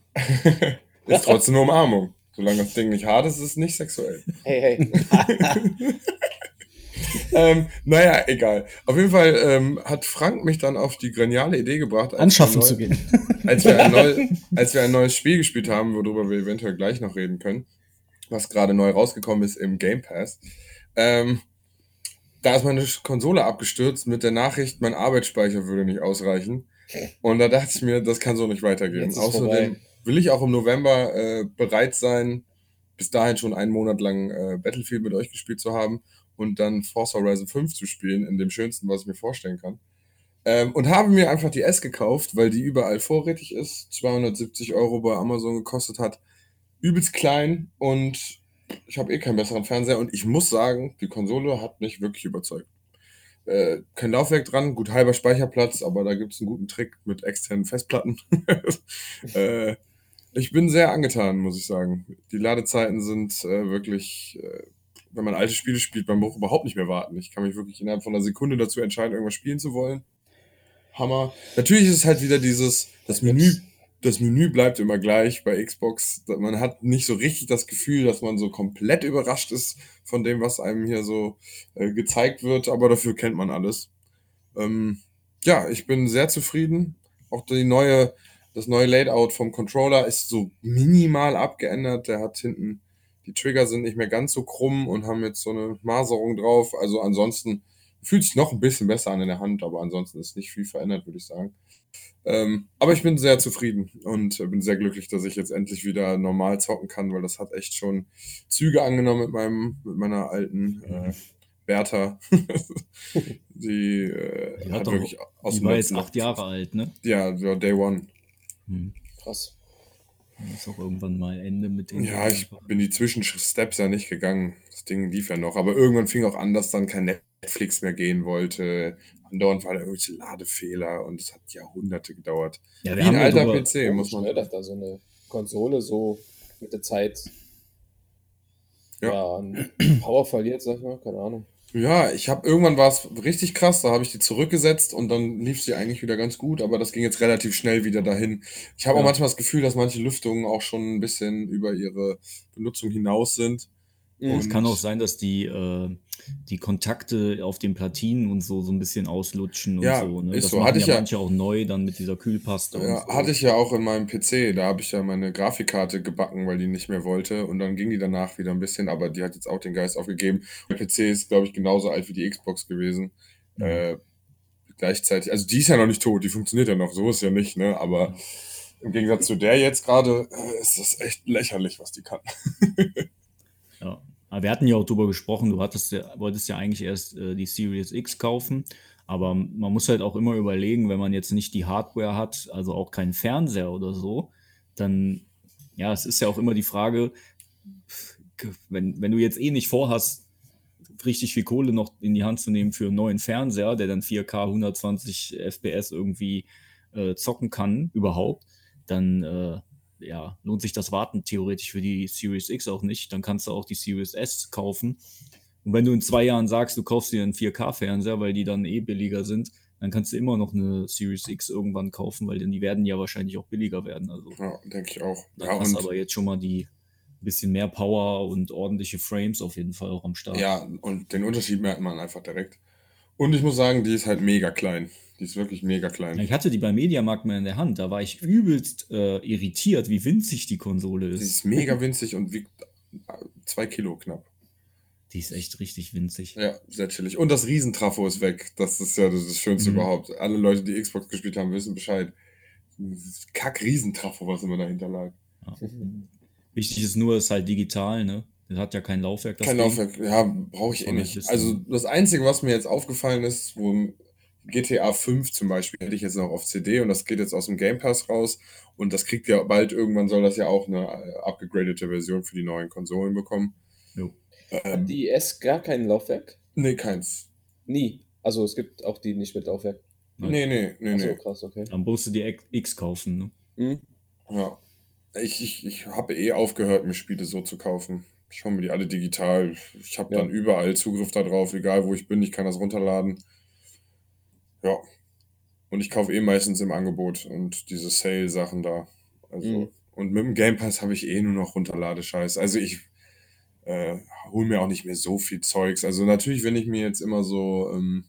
Speaker 3: Ist trotzdem nur Umarmung. Solange das Ding nicht hart ist, ist es nicht sexuell.
Speaker 5: Hey, hey.
Speaker 3: *laughs* ähm, naja, egal. Auf jeden Fall ähm, hat Frank mich dann auf die geniale Idee gebracht, als wir
Speaker 6: Anschaffen
Speaker 3: neu-
Speaker 6: zu gehen.
Speaker 3: Als wir, ein
Speaker 5: *laughs*
Speaker 3: neu, als wir ein neues Spiel gespielt haben, worüber wir eventuell gleich noch reden können, was gerade neu rausgekommen ist im Game Pass. Ähm, da ist meine Konsole abgestürzt mit der Nachricht, mein Arbeitsspeicher würde nicht ausreichen. Und da dachte ich mir, das kann so nicht weitergehen.
Speaker 5: Jetzt ist
Speaker 3: Außerdem
Speaker 5: vorbei.
Speaker 3: will ich auch im November äh, bereit sein, bis dahin schon einen Monat lang äh, Battlefield mit euch gespielt zu haben und dann Forza Horizon 5 zu spielen, in dem schönsten, was ich mir vorstellen kann. Ähm, und habe mir einfach die S gekauft, weil die überall vorrätig ist, 270 Euro bei Amazon gekostet hat, übelst klein und ich habe eh keinen besseren Fernseher und ich muss sagen, die Konsole hat mich wirklich überzeugt. Äh, kein Laufwerk dran, gut halber Speicherplatz, aber da gibt es einen guten Trick mit externen Festplatten. *laughs* äh, ich bin sehr angetan, muss ich sagen. Die Ladezeiten sind äh, wirklich, äh, wenn man alte Spiele spielt, man braucht überhaupt nicht mehr warten. Ich kann mich wirklich innerhalb von einer Sekunde dazu entscheiden, irgendwas spielen zu wollen. Hammer. Natürlich ist es halt wieder dieses, das Menü, das Menü bleibt immer gleich bei Xbox. Man hat nicht so richtig das Gefühl, dass man so komplett überrascht ist von dem, was einem hier so äh, gezeigt wird, aber dafür kennt man alles. Ähm, ja, ich bin sehr zufrieden. Auch die neue, das neue Layout vom Controller ist so minimal abgeändert. Der hat hinten, die Trigger sind nicht mehr ganz so krumm und haben jetzt so eine Maserung drauf. Also ansonsten fühlt sich noch ein bisschen besser an in der Hand, aber ansonsten ist nicht viel verändert, würde ich sagen. Ähm, aber ich bin sehr zufrieden und äh, bin sehr glücklich, dass ich jetzt endlich wieder normal zocken kann, weil das hat echt schon Züge angenommen mit meinem, mit meiner alten äh, Bertha. *laughs* die, äh,
Speaker 4: Die hat
Speaker 3: hat
Speaker 4: doch-
Speaker 3: wirklich aus
Speaker 4: Die
Speaker 3: dem
Speaker 4: war jetzt
Speaker 3: letzten-
Speaker 4: acht Jahre alt, ne?
Speaker 3: Ja, ja, Day One.
Speaker 4: Hm.
Speaker 5: Krass.
Speaker 4: Ist auch irgendwann mal Ende mit dem.
Speaker 3: Ja, ich bin die Zwischensteps ja nicht gegangen. Das Ding lief ja noch. Aber irgendwann fing auch an, dass dann kein Netflix mehr gehen wollte. Andauernd waren da irgendwelche Ladefehler und es hat Jahrhunderte gedauert.
Speaker 4: ja,
Speaker 3: Wie
Speaker 4: wir
Speaker 3: ein
Speaker 4: haben ja
Speaker 3: alter
Speaker 4: drüber,
Speaker 3: PC, muss man.
Speaker 5: Ne, dass da so eine Konsole so mit der Zeit
Speaker 3: Ja.
Speaker 5: ja. an Power verliert, sag ich mal. Keine Ahnung.
Speaker 3: Ja, ich habe irgendwann war es richtig krass, da habe ich die zurückgesetzt und dann lief sie eigentlich wieder ganz gut, aber das ging jetzt relativ schnell wieder dahin. Ich habe auch
Speaker 5: Ja.
Speaker 3: manchmal das Gefühl, dass manche Lüftungen auch schon ein bisschen über ihre Benutzung hinaus sind.
Speaker 4: Oh, Es kann auch sein, dass die, äh, die Kontakte auf den Platinen und so so ein bisschen auslutschen und
Speaker 3: Ja,
Speaker 4: so. Ne?
Speaker 3: ist
Speaker 4: das
Speaker 3: so.
Speaker 4: machen
Speaker 3: Hatte ich
Speaker 4: ja
Speaker 3: ja-
Speaker 4: manche auch neu dann mit dieser Kühlpaste.
Speaker 3: Ja,
Speaker 4: und so.
Speaker 3: hatte ich ja auch in meinem PC, da habe ich ja meine Grafikkarte gebacken, weil die nicht mehr wollte und dann ging die danach wieder ein bisschen, aber die hat jetzt auch den Geist aufgegeben. Der PC ist, glaube ich, genauso alt wie die Xbox gewesen.
Speaker 4: Mhm.
Speaker 3: Äh, gleichzeitig, also die ist ja noch nicht tot, die funktioniert ja noch, so ist ja nicht, ne? Aber im Gegensatz zu der jetzt gerade äh, ist das echt lächerlich, was die kann.
Speaker 4: Ja. Aber wir hatten ja auch drüber gesprochen, du hattest ja, wolltest ja eigentlich erst äh, die Series X kaufen, aber man muss halt auch immer überlegen, wenn man jetzt nicht die Hardware hat, also auch keinen Fernseher oder so, dann, ja, es ist ja auch immer die Frage, pff, wenn, wenn du jetzt eh nicht vorhast, richtig viel Kohle noch in die Hand zu nehmen für einen neuen Fernseher, der dann 4K 120 FPS irgendwie äh, zocken kann, überhaupt, dann äh, ja, lohnt sich das Warten theoretisch für die Series X auch nicht. Dann kannst du auch die Series S kaufen. Und wenn du in zwei Jahren sagst, du kaufst dir einen 4K-Fernseher, weil die dann eh billiger sind, dann kannst du immer noch eine Series X irgendwann kaufen, weil dann die werden ja wahrscheinlich auch billiger werden. Also
Speaker 3: Ja, denke ich auch.
Speaker 4: dann
Speaker 3: Ja,
Speaker 4: hast
Speaker 3: und
Speaker 4: du aber jetzt schon mal die bisschen mehr Power und ordentliche Frames auf jeden Fall auch am Start.
Speaker 3: Ja, und den Unterschied merkt man einfach direkt. Und ich muss sagen, die ist halt mega klein. Die ist wirklich mega
Speaker 4: Ja,
Speaker 3: klein.
Speaker 4: Ich hatte die beim Mediamarkt mal in der Hand, da war ich übelst äh, irritiert, wie winzig die Konsole
Speaker 3: Die
Speaker 4: ist. *laughs*
Speaker 3: ist mega winzig und wiegt äh, zwei Kilo knapp.
Speaker 4: Die ist echt richtig winzig.
Speaker 3: Ja, sehr chillig. Und das Riesentrafo ist weg. Das ist ja das Schönste
Speaker 4: Mhm.
Speaker 3: überhaupt. Alle Leute, die Xbox gespielt haben, wissen Bescheid. Dieses Kack-Riesentrafo, was immer dahinter lag.
Speaker 4: Ja. Wichtig ist nur, es ist halt digital, ne? Das hat ja kein Laufwerk. das
Speaker 3: Kein
Speaker 4: Ding.
Speaker 3: Laufwerk, ja, brauche ich eh
Speaker 4: Von der
Speaker 3: nicht.
Speaker 4: Liste.
Speaker 3: Also das Einzige, was mir jetzt aufgefallen ist, wo GTA 5 zum Beispiel hätte ich jetzt noch auf CD und das geht jetzt aus dem Game Pass raus und das kriegt ja bald irgendwann soll das ja auch eine äh, abgegradete Version für die neuen Konsolen bekommen.
Speaker 4: Jo.
Speaker 3: Ähm,
Speaker 5: Hat die S gar kein Laufwerk?
Speaker 3: nee, keins.
Speaker 5: Nie. Also es gibt auch die nicht mit Laufwerk.
Speaker 4: Nein.
Speaker 3: Nee, nee, nee,
Speaker 5: Achso,
Speaker 3: nee.
Speaker 5: krass, okay.
Speaker 4: Dann musst du die X- X kaufen, ne?
Speaker 5: Hm?
Speaker 3: Ja. Ich, ich, ich habe eh aufgehört, mir Spiele so zu kaufen. Ich hole mir die alle digital. Ich habe
Speaker 5: Ja.
Speaker 3: dann überall Zugriff darauf, egal wo ich bin, ich kann das runterladen. Ja. Und ich kaufe eh meistens im Angebot und diese Sale-Sachen da. Also,
Speaker 5: Mhm.
Speaker 3: und mit dem Game Pass habe ich eh nur noch Runterladescheiß. Also ich äh, hole mir auch nicht mehr so viel Zeugs. Also natürlich, wenn ich mir jetzt immer so, ähm,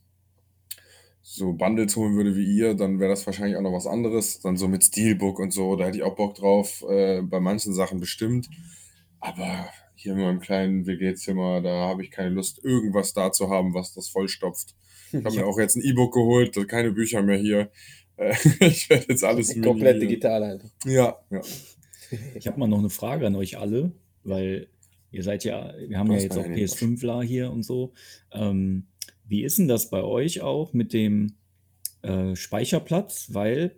Speaker 3: so Bundles holen würde wie ihr, dann wäre das wahrscheinlich auch noch was anderes. Dann so mit Steelbook und so, da hätte ich auch Bock drauf. Äh, bei manchen Sachen bestimmt. Aber hier in meinem kleinen WG-Zimmer, da habe ich keine Lust, irgendwas da zu haben, was das vollstopft. Ich habe mir auch jetzt ein E-Book geholt, keine Bücher mehr hier. Äh, *laughs* ich werde jetzt alles
Speaker 5: Komplett
Speaker 3: minimieren.
Speaker 5: digital halt.
Speaker 3: Ja, ja.
Speaker 4: Ich habe mal noch eine Frage an euch alle, weil ihr seid ja, wir haben
Speaker 3: Du
Speaker 4: ja
Speaker 3: hast
Speaker 4: jetzt
Speaker 3: meine
Speaker 4: auch
Speaker 3: Hände im
Speaker 4: PS5ler hier und so. Ähm, wie ist denn das bei euch auch mit dem äh, Speicherplatz? Weil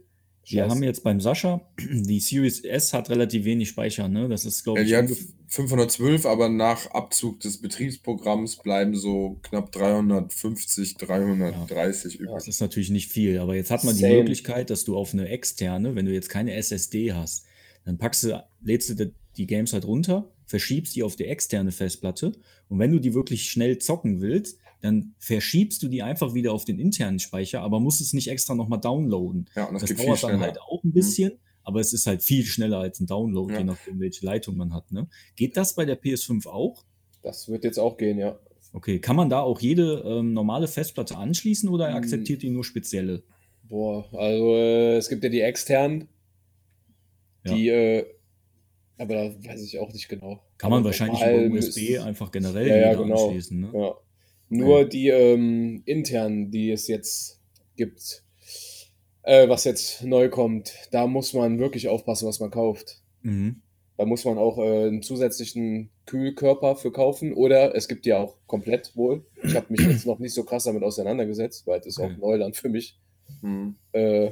Speaker 4: wir
Speaker 5: Scheiß.
Speaker 4: haben jetzt beim Sascha, *clears throat* die Series S hat relativ wenig Speicher, ne? Das ist, glaube
Speaker 3: Ja,
Speaker 4: ich,
Speaker 3: die hat
Speaker 4: ungef-
Speaker 3: 512, aber nach Abzug des Betriebsprogramms bleiben so knapp 350, 330
Speaker 4: das
Speaker 3: übrig.
Speaker 4: ist natürlich nicht viel. Aber jetzt hat man
Speaker 5: Same.
Speaker 4: die Möglichkeit, dass du auf eine externe, wenn du jetzt keine SSD hast, dann packst du, lädst du die- die Games halt runter, verschiebst die auf die externe Festplatte und wenn du die wirklich schnell zocken willst, dann verschiebst du die einfach wieder auf den internen Speicher, aber musst es nicht extra nochmal downloaden.
Speaker 3: Ja, und das,
Speaker 4: Das,
Speaker 3: geht viel
Speaker 4: dauert dann
Speaker 3: schneller.
Speaker 4: halt auch ein bisschen, aber es ist halt viel schneller als ein Download,
Speaker 3: Ja.
Speaker 4: je nachdem, welche Leitung man hat. Ne? Geht das bei der PS5 auch?
Speaker 5: Das wird jetzt auch gehen, ja.
Speaker 4: Okay, kann man da auch jede ähm, normale Festplatte anschließen oder
Speaker 5: Hm.
Speaker 4: akzeptiert die nur spezielle?
Speaker 5: Boah, also äh, es gibt ja die externen,
Speaker 4: Ja.
Speaker 5: die, äh, aber da weiß ich auch nicht genau.
Speaker 4: Kann man
Speaker 5: Aber
Speaker 4: wahrscheinlich
Speaker 5: normal
Speaker 4: über USB
Speaker 5: müsst-
Speaker 4: einfach generell
Speaker 5: Ja, ja,
Speaker 4: wieder
Speaker 5: genau.
Speaker 4: anschließen. Ne?
Speaker 5: Ja. Nur die ähm, internen, die es jetzt gibt, äh, was jetzt neu kommt, da muss man wirklich aufpassen, was man kauft.
Speaker 4: Mhm.
Speaker 5: Da muss man auch äh, einen zusätzlichen Kühlkörper für kaufen oder es gibt ja auch komplett wohl. Ich habe mich jetzt noch nicht so krass damit auseinandergesetzt, weil das ist
Speaker 4: Okay.
Speaker 5: auch Neuland für mich.
Speaker 3: Mhm.
Speaker 5: äh,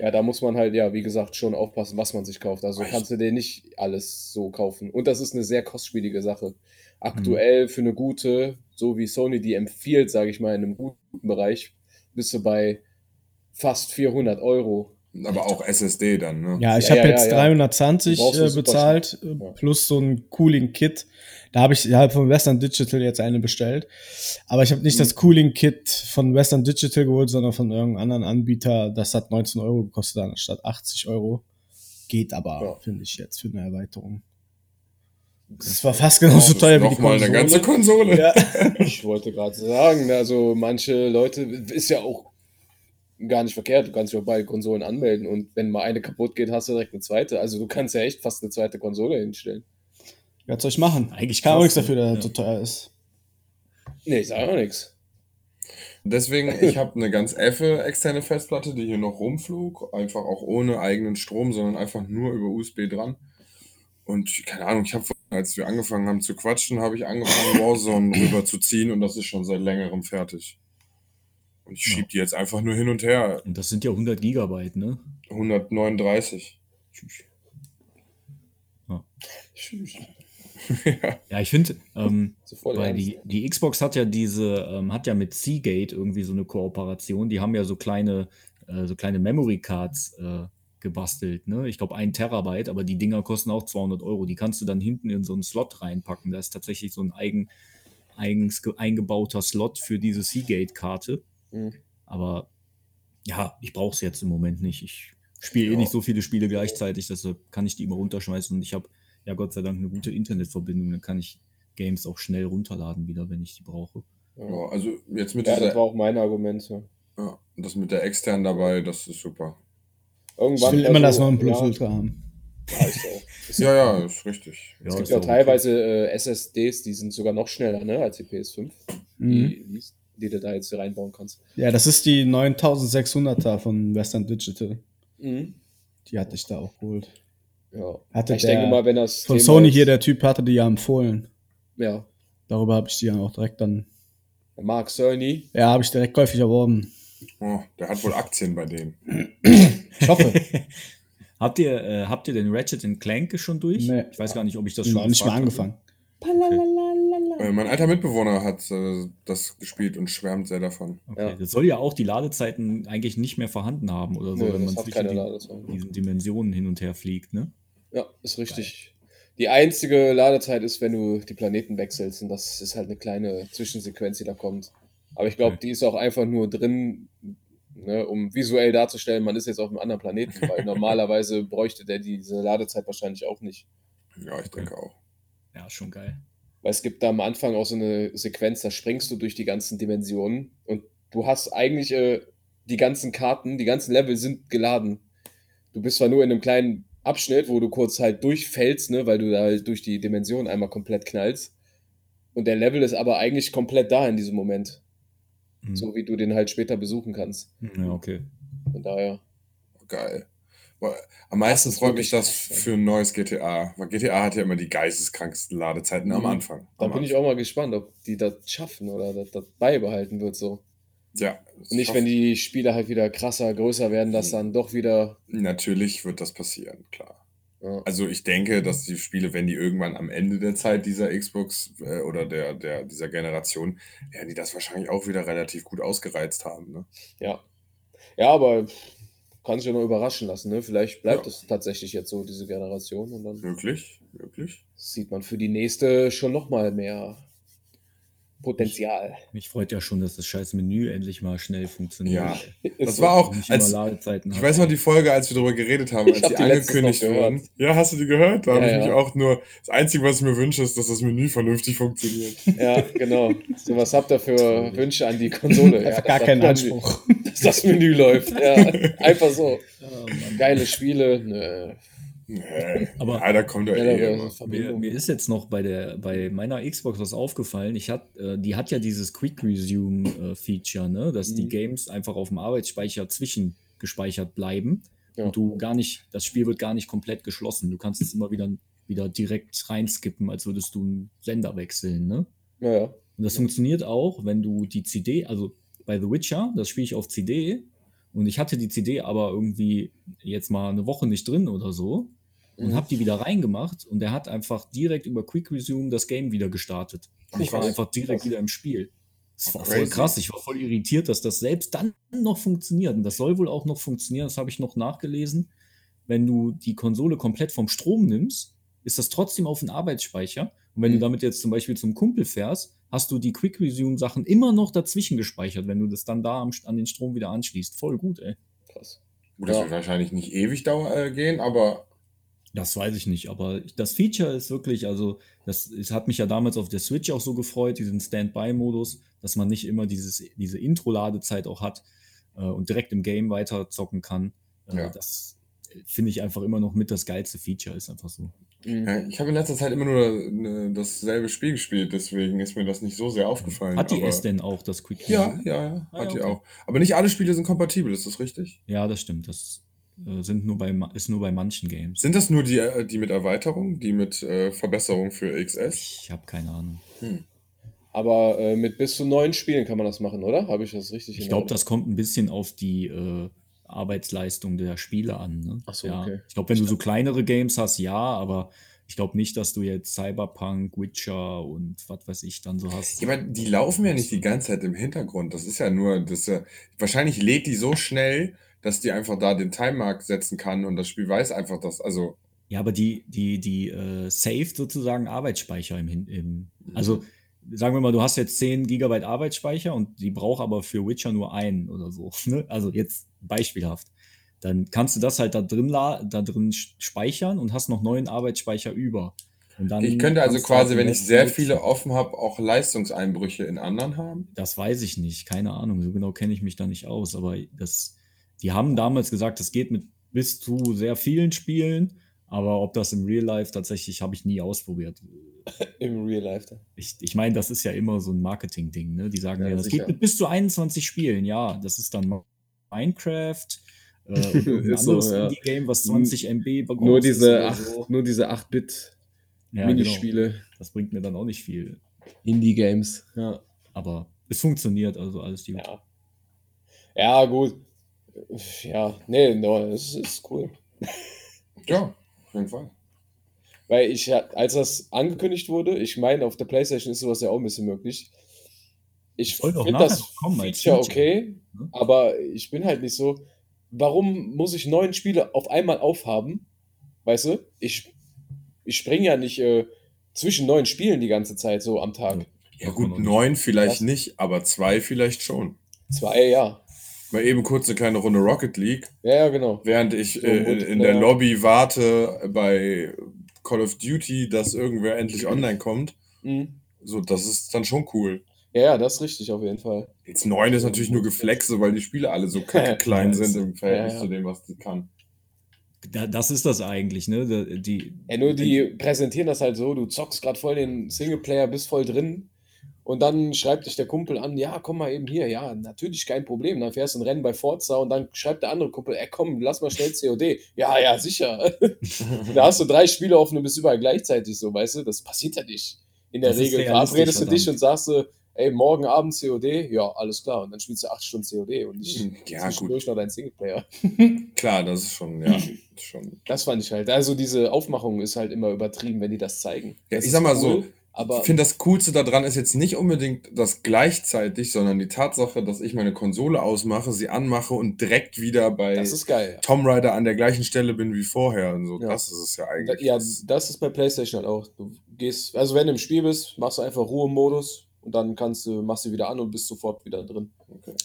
Speaker 5: ja, da muss man halt, ja, wie gesagt, schon aufpassen, was man sich kauft. Also
Speaker 3: Echt?
Speaker 5: kannst du dir nicht alles so kaufen. Und das ist eine sehr kostspielige Sache. Aktuell für eine gute, so wie Sony die empfiehlt, sage ich mal, in einem guten Bereich, bist du bei fast 400 Euro.
Speaker 3: Aber auch SSD dann, ne?
Speaker 6: Ja, ich
Speaker 5: Ja,
Speaker 6: habe
Speaker 5: ja,
Speaker 6: jetzt
Speaker 5: ja, ja.
Speaker 6: 320
Speaker 5: Du brauchst eine
Speaker 6: äh, bezahlt,
Speaker 5: Superschnitt.
Speaker 6: äh,
Speaker 5: Ja.
Speaker 6: plus so ein Cooling Kit. Da habe ich ja, von Western Digital jetzt eine bestellt. Aber ich habe nicht
Speaker 5: Hm.
Speaker 6: das Cooling Kit von Western Digital geholt, sondern von irgendeinem anderen Anbieter. Das hat 19 Euro gekostet, anstatt 80 Euro. Geht aber,
Speaker 5: Ja.
Speaker 6: finde ich jetzt, für eine Erweiterung. Das war fast genauso
Speaker 3: Das
Speaker 6: teuer
Speaker 3: ist
Speaker 6: wie die
Speaker 3: nochmal
Speaker 6: Konsole.
Speaker 3: eine ganze
Speaker 6: *laughs*
Speaker 3: Konsole.
Speaker 6: ja.
Speaker 5: Ich wollte gerade sagen, also manche Leute, ist ja auch gar nicht verkehrt, du kannst dich auch beide Konsolen anmelden und wenn mal eine kaputt geht, hast du direkt eine zweite. Also du kannst ja echt fast eine zweite Konsole hinstellen.
Speaker 6: Was soll ich machen?
Speaker 4: Eigentlich
Speaker 6: Ich kann auch nichts
Speaker 4: krass,
Speaker 6: dafür,
Speaker 4: ne?
Speaker 6: dass
Speaker 4: Ja.
Speaker 6: das so teuer ist.
Speaker 5: Nee, ich sage auch nichts. *laughs*
Speaker 3: Deswegen, ich habe eine ganz effe externe Festplatte, die hier noch rumflog. Einfach auch ohne eigenen Strom, sondern einfach nur über USB dran. Und keine Ahnung, ich habe, als wir angefangen haben zu quatschen, habe ich angefangen,
Speaker 5: *clears throat*
Speaker 3: Warzone rüberzuziehen und das ist schon seit längerem fertig. Und ich schieb die jetzt einfach nur hin und her.
Speaker 4: Und das sind ja 100 Gigabyte, ne?
Speaker 3: 139.
Speaker 4: Ja, ich finde, ähm,
Speaker 5: So voll
Speaker 4: weil
Speaker 5: ernst.
Speaker 4: die, die Xbox hat ja diese, ähm, hat ja mit Seagate irgendwie so eine Kooperation. Die haben ja so kleine, äh, so kleine Memory Cards äh, gebastelt. Ne? Ich glaube, ein Terabyte, aber die Dinger kosten auch 200 Euro. Die kannst du dann hinten in so einen Slot reinpacken. Da ist tatsächlich so ein eigen, eigens ge- eingebauter Slot für diese Seagate-Karte.
Speaker 5: Mhm.
Speaker 4: Aber ja, ich brauche es jetzt im Moment nicht. Ich spiele eh nicht so viele Spiele gleichzeitig, deshalb kann ich die immer runterschmeißen. Und ich habe ja Gott sei Dank eine gute Internetverbindung. Dann kann ich Games auch schnell runterladen wieder, wenn ich die brauche.
Speaker 3: Ja, also jetzt mit
Speaker 5: Ja, das
Speaker 3: dieser,
Speaker 5: war auch mein Argument. Ja.
Speaker 3: ja, das mit der externen dabei, das ist super.
Speaker 5: Irgendwann
Speaker 6: Ich will immer das
Speaker 5: also, *laughs*
Speaker 6: Nonplusultra haben.
Speaker 5: Ja, ist so.
Speaker 3: Ja, ja, ist richtig.
Speaker 5: Es gibt
Speaker 4: ist
Speaker 5: ja
Speaker 4: auch okay.
Speaker 5: teilweise äh, SSDs, die sind sogar noch schneller ne, als die PS5,
Speaker 6: Mhm.
Speaker 5: die, die du da jetzt reinbauen kannst.
Speaker 6: Ja, das ist die 9600er von Western Digital.
Speaker 5: Mhm.
Speaker 6: Die hatte ich da auch geholt.
Speaker 5: Ja.
Speaker 6: Hatte
Speaker 5: ich
Speaker 6: der-
Speaker 5: denke mal, wenn das.
Speaker 6: Von
Speaker 5: Thema
Speaker 6: Sony
Speaker 5: ist-
Speaker 6: hier, der Typ hatte die ja empfohlen.
Speaker 5: Ja.
Speaker 6: Darüber habe ich die ja auch direkt dann.
Speaker 5: Mark Cerny.
Speaker 6: Ja, habe ich direkt käuflich erworben.
Speaker 3: Oh, der hat wohl Aktien bei denen.
Speaker 6: Ich
Speaker 5: *laughs*
Speaker 6: hoffe.
Speaker 4: Habt ihr, äh, habt ihr den Ratchet and Clank schon durch?
Speaker 6: Nee.
Speaker 4: Ich weiß gar nicht, ob ich das
Speaker 6: Ich
Speaker 4: schon
Speaker 6: habe nicht mal
Speaker 4: gefragt
Speaker 6: angefangen.
Speaker 3: Äh, mein alter Mitbewohner hat äh, das gespielt und schwärmt sehr davon.
Speaker 4: Hatte. Okay.
Speaker 5: Ja.
Speaker 4: Das soll ja auch die Ladezeiten eigentlich nicht mehr vorhanden haben oder so,
Speaker 5: Nö,
Speaker 4: Also, wenn
Speaker 5: das
Speaker 4: man
Speaker 5: hat keine
Speaker 4: zwischen die,
Speaker 5: Ladezeit.
Speaker 4: diesen Dimensionen hin und her fliegt. Ne?
Speaker 5: Ja, ist richtig. Die einzige Ladezeit ist, wenn du die Planeten wechselst. Und das ist halt eine kleine Zwischensequenz, die da kommt. Aber ich glaube,
Speaker 4: Okay.
Speaker 5: die ist auch einfach nur drin, ne, um visuell darzustellen, man ist jetzt auf einem anderen Planeten. *laughs* Weil normalerweise bräuchte der diese Ladezeit wahrscheinlich auch nicht.
Speaker 3: Ja, ich denke auch.
Speaker 4: Ja, schon geil.
Speaker 5: Weil es gibt da am Anfang auch so eine Sequenz, da springst du durch die ganzen Dimensionen und du hast eigentlich äh, die ganzen Karten, die ganzen Level sind geladen. Du bist zwar nur in einem kleinen Abschnitt, wo du kurz halt durchfällst, ne, weil du da halt durch die Dimension einmal komplett knallst. Und der Level ist aber eigentlich komplett da in diesem Moment,
Speaker 4: Mhm.
Speaker 5: so wie du den halt später besuchen kannst.
Speaker 4: Ja, okay.
Speaker 5: Von daher.
Speaker 3: Geil. Boah, Am meisten
Speaker 5: ist
Speaker 3: freut mich das
Speaker 5: wirklich krass,
Speaker 3: für ein neues GTA, weil GTA hat ja immer die geisteskrankesten Ladezeiten am
Speaker 5: Mhm.
Speaker 3: Anfang.
Speaker 5: Da
Speaker 3: am
Speaker 5: bin ich auch mal gespannt, ob die das schaffen oder dass das beibehalten wird so.
Speaker 3: Ja, das
Speaker 5: Und nicht,
Speaker 3: schafft-
Speaker 5: wenn die Spiele halt wieder krasser, größer werden, dass dann doch wieder
Speaker 3: Natürlich wird das passieren, klar.
Speaker 5: Ja.
Speaker 3: Also ich denke, dass die Spiele, wenn die irgendwann am Ende der Zeit dieser Xbox äh, oder der, der, dieser Generation, werden die das wahrscheinlich auch wieder relativ gut ausgereizt haben. Ne?
Speaker 5: Ja. Ja, aber kann sich ja noch überraschen lassen, ne? Vielleicht bleibt
Speaker 3: Ja.
Speaker 5: es tatsächlich jetzt so, diese Generation, und dann
Speaker 3: Wirklich? Wirklich?
Speaker 5: sieht man für die nächste schon nochmal mehr Potenzial.
Speaker 4: Mich freut ja schon, dass das scheiß Menü endlich mal schnell funktioniert.
Speaker 3: Ja.
Speaker 4: Ey.
Speaker 3: Das war auch,
Speaker 4: Nicht
Speaker 3: als,
Speaker 4: immer Ladezeiten
Speaker 3: ich
Speaker 4: hat,
Speaker 3: weiß noch
Speaker 4: ey.
Speaker 3: die Folge, als wir darüber geredet haben, als
Speaker 5: hab
Speaker 3: die
Speaker 5: die letztens
Speaker 3: angekündigt
Speaker 5: noch gehört.
Speaker 3: wurden. Ja, hast du die gehört? Da habe
Speaker 5: Ja,
Speaker 3: ich mich
Speaker 5: ja.
Speaker 3: auch nur, das Einzige, was ich mir wünsche, ist, dass das Menü vernünftig
Speaker 5: *laughs*
Speaker 3: funktioniert.
Speaker 5: Ja, genau. So was habt ihr für Wünsche an die Konsole? Ja,
Speaker 6: Einfach gar
Speaker 5: dass
Speaker 6: keinen
Speaker 5: das Menü-
Speaker 6: Anspruch.
Speaker 5: Dass das Menü läuft. Ja, einfach so. Geile Spiele. Nö.
Speaker 3: Nee.
Speaker 4: Aber-
Speaker 3: ja, da kommt ja,
Speaker 5: Ja,
Speaker 3: eh
Speaker 5: da-
Speaker 3: immer.
Speaker 4: Mir,
Speaker 5: Verbindung.
Speaker 4: mir ist jetzt noch bei, der, bei meiner Xbox was aufgefallen. Ich hat, äh, die hat ja dieses Quick Resume äh, Feature, ne? dass die
Speaker 5: Mhm.
Speaker 4: Games einfach auf dem Arbeitsspeicher zwischengespeichert bleiben.
Speaker 5: Ja.
Speaker 4: Und du gar nicht, das Spiel wird gar nicht komplett geschlossen. Du kannst es immer wieder, wieder direkt reinskippen, als würdest du einen Sender wechseln. Ne?
Speaker 5: Naja.
Speaker 4: Und das funktioniert auch, wenn du die CD, also bei The Witcher, das spiele ich auf CD und ich hatte die CD aber irgendwie jetzt mal eine Woche nicht drin oder so und
Speaker 5: Mhm.
Speaker 4: habe die wieder reingemacht und der hat einfach direkt über Quick Resume das Game wieder gestartet. Ich war
Speaker 3: Krass.
Speaker 4: einfach direkt wieder im Spiel. Das war voll
Speaker 3: Crazy.
Speaker 4: krass, ich war voll irritiert, dass das selbst dann noch funktioniert. Und das soll wohl auch noch funktionieren, das habe ich noch nachgelesen. Wenn du die Konsole komplett vom Strom nimmst, ist das trotzdem auf den Arbeitsspeicher. Und wenn du
Speaker 5: Mhm.
Speaker 4: damit jetzt zum Beispiel zum Kumpel fährst, hast du die Quick Resume Sachen immer noch dazwischen gespeichert, wenn du das dann da am, an den Strom wieder anschließt. Voll gut, ey.
Speaker 5: Krass.
Speaker 3: Gut, das
Speaker 5: Ja.
Speaker 3: wird wahrscheinlich nicht ewig dauer, äh, gehen, aber
Speaker 4: Das weiß ich nicht, aber das Feature ist wirklich, also das, es hat mich ja damals auf der Switch auch so gefreut, diesen Standby-Modus, dass man nicht immer dieses, diese Intro-Ladezeit auch hat äh, und direkt im Game weiter zocken kann. Äh,
Speaker 3: Ja.
Speaker 4: Das finde ich einfach immer noch mit das geilste Feature, ist einfach so.
Speaker 5: Mhm.
Speaker 3: Ja, äh, ich habe in letzter Zeit immer nur ne, dasselbe Spiel gespielt, deswegen ist mir das nicht so sehr aufgefallen.
Speaker 4: Hat die
Speaker 3: aber,
Speaker 4: es denn auch, das Quick
Speaker 3: Ja,
Speaker 4: Resume?
Speaker 3: ja, ja,
Speaker 4: Ah,
Speaker 3: hat
Speaker 4: ja,
Speaker 3: die
Speaker 4: okay.
Speaker 3: auch. Aber nicht alle Spiele sind kompatibel, ist das richtig?
Speaker 4: Ja, das stimmt. Das äh, sind nur bei, ma- ist nur bei manchen Games.
Speaker 3: Sind das nur die, äh, die mit Erweiterung, die mit äh, Verbesserung für XS?
Speaker 4: Ich habe keine Ahnung.
Speaker 5: Aber äh, mit bis zu neun Spielen kann man das machen, oder? Habe ich das richtig
Speaker 4: Ich glaube,
Speaker 5: in
Speaker 3: genau.
Speaker 5: Erinnerung?
Speaker 4: das kommt ein bisschen auf die äh, Arbeitsleistung der Spieler an. Ne?
Speaker 5: Ach so,
Speaker 4: ja.
Speaker 5: okay.
Speaker 4: Ich glaube, wenn du so kleinere Games hast, ja, aber ich glaube nicht, dass du jetzt Cyberpunk, Witcher und was weiß ich dann so hast.
Speaker 3: Ja, aber die laufen ja nicht die ganze Zeit im Hintergrund. Das ist ja nur, das ist ja, wahrscheinlich lädt die so schnell, dass die einfach da den Timemark setzen kann und das Spiel weiß einfach, dass, also,
Speaker 4: Ja, aber die, die, die äh, Save sozusagen Arbeitsspeicher im, Hin- im
Speaker 3: Mhm.
Speaker 4: Also sagen wir mal, du hast jetzt 10 Gigabyte Arbeitsspeicher und die braucht aber für Witcher nur einen oder so. *laughs* Ne? Also jetzt beispielhaft. Dann kannst du das halt da drin, la- da drin sch- speichern und hast noch neuen Arbeitsspeicher über. Und dann
Speaker 3: ich könnte also
Speaker 4: kannst du halt
Speaker 3: quasi,
Speaker 4: den
Speaker 3: wenn ich
Speaker 4: Rest
Speaker 3: sehr
Speaker 4: nutzen.
Speaker 3: viele offen habe, auch Leistungseinbrüche in anderen haben.
Speaker 4: Das weiß ich nicht, keine Ahnung. So genau kenne ich mich da nicht aus. Aber das, die haben damals gesagt, das geht mit bis zu sehr vielen Spielen. Aber ob das im Real Life tatsächlich, habe ich nie ausprobiert.
Speaker 5: Im Real Life. da.
Speaker 4: Ich, ich meine, das ist ja immer so ein Marketing-Ding. Ne? Die sagen ja,
Speaker 5: Ja,
Speaker 4: das
Speaker 5: sicher.
Speaker 4: geht mit bis zu 21 Spielen. Ja, das ist dann Minecraft. Äh, und ein
Speaker 7: Ist so,
Speaker 4: anderes
Speaker 7: ja.
Speaker 4: Indie-Game, was 20 MB groß
Speaker 7: Nur
Speaker 4: ist
Speaker 7: diese,
Speaker 4: oder
Speaker 7: ach,
Speaker 4: so.
Speaker 7: nur diese 8-Bit
Speaker 4: ja, Minispiele. Genau.
Speaker 7: Minispiele,
Speaker 4: Das bringt mir dann auch nicht viel.
Speaker 7: Indie-Games. Ja.
Speaker 4: Aber es funktioniert, also alles gut.
Speaker 5: Ja. Ja, gut. Ja, nee, no, das ist cool.
Speaker 3: Ja, auf jeden Fall.
Speaker 5: Weil ich, ja- als das angekündigt wurde, ich meine, auf der PlayStation ist sowas ja auch ein bisschen möglich. Ich
Speaker 4: Soll doch
Speaker 5: finde
Speaker 4: nachher
Speaker 5: das
Speaker 4: noch kommen als
Speaker 5: Feature
Speaker 4: Feature,
Speaker 5: okay,
Speaker 4: ne?
Speaker 5: aber ich bin halt nicht so, warum muss ich neun Spiele auf einmal aufhaben? Weißt du, ich, ich springe ja nicht äh, zwischen neun Spielen die ganze Zeit so am Tag.
Speaker 3: Ja,
Speaker 4: Warum auch
Speaker 3: gut,
Speaker 4: nicht?
Speaker 3: neun vielleicht
Speaker 5: Was?
Speaker 3: nicht, aber zwei vielleicht schon.
Speaker 5: Zwei, ja.
Speaker 3: Mal eben kurz eine kleine Runde Rocket League.
Speaker 5: Ja, ja, genau.
Speaker 3: Während ich
Speaker 5: So,
Speaker 3: äh, in,
Speaker 5: Multiplayer.
Speaker 3: in der Lobby warte bei Call of Duty, dass irgendwer endlich online kommt,
Speaker 5: Mhm.
Speaker 3: so, das ist dann schon cool.
Speaker 5: Ja, ja, das ist richtig auf jeden Fall.
Speaker 3: Jetzt neun ist natürlich nur Geflexe, weil die Spiele alle
Speaker 5: *laughs*
Speaker 3: so kacke klein
Speaker 4: Ja,
Speaker 3: sind im Verhältnis
Speaker 5: ja, ja.
Speaker 3: zu dem, was die kann.
Speaker 4: Da, das ist das eigentlich, ne? Da- Die,
Speaker 5: Ja, nur die präsentieren das halt so, du zockst gerade voll den Singleplayer, bist voll drin und dann schreibt dich der Kumpel an, ja, komm mal eben hier, ja, natürlich kein Problem. Dann fährst du ein Rennen bei Forza und dann schreibt der andere Kumpel, ey, komm, lass mal schnell COD. Ja, ja, sicher. da hast du drei Spiele offen und bist überall gleichzeitig so, weißt du, das passiert ja nicht. In der
Speaker 4: Das ist
Speaker 5: Regel
Speaker 4: realistisch,
Speaker 5: verabredest du dich
Speaker 4: verdammt.
Speaker 5: und sagst du, ey, morgen Abend COD, ja, alles klar. Und dann spielst du acht Stunden COD und nicht
Speaker 3: Ja, gut.
Speaker 5: zwischendurch noch dein Singleplayer.
Speaker 3: Klar, das ist schon,
Speaker 5: *laughs*
Speaker 3: ja, schon.
Speaker 5: Das fand ich halt. Also diese Aufmachung ist halt immer übertrieben, wenn die das zeigen.
Speaker 3: Ja,
Speaker 5: Das
Speaker 3: ich
Speaker 5: ist
Speaker 3: sag mal so,
Speaker 5: cool, aber
Speaker 3: ich finde, das Coolste daran ist jetzt nicht unbedingt das gleichzeitig, sondern die Tatsache, dass ich meine Konsole ausmache, sie anmache und direkt wieder bei
Speaker 5: das ist geil.
Speaker 3: Tom Rider an der gleichen Stelle bin wie vorher. Und so,
Speaker 5: Ja.
Speaker 3: das ist es ja
Speaker 5: Da,
Speaker 3: eigentlich.
Speaker 5: ja, das ist bei PlayStation halt auch. Du gehst, also wenn du im Spiel bist, machst du einfach Ruhemodus und dann kannst du, machst du wieder an und bist sofort wieder drin.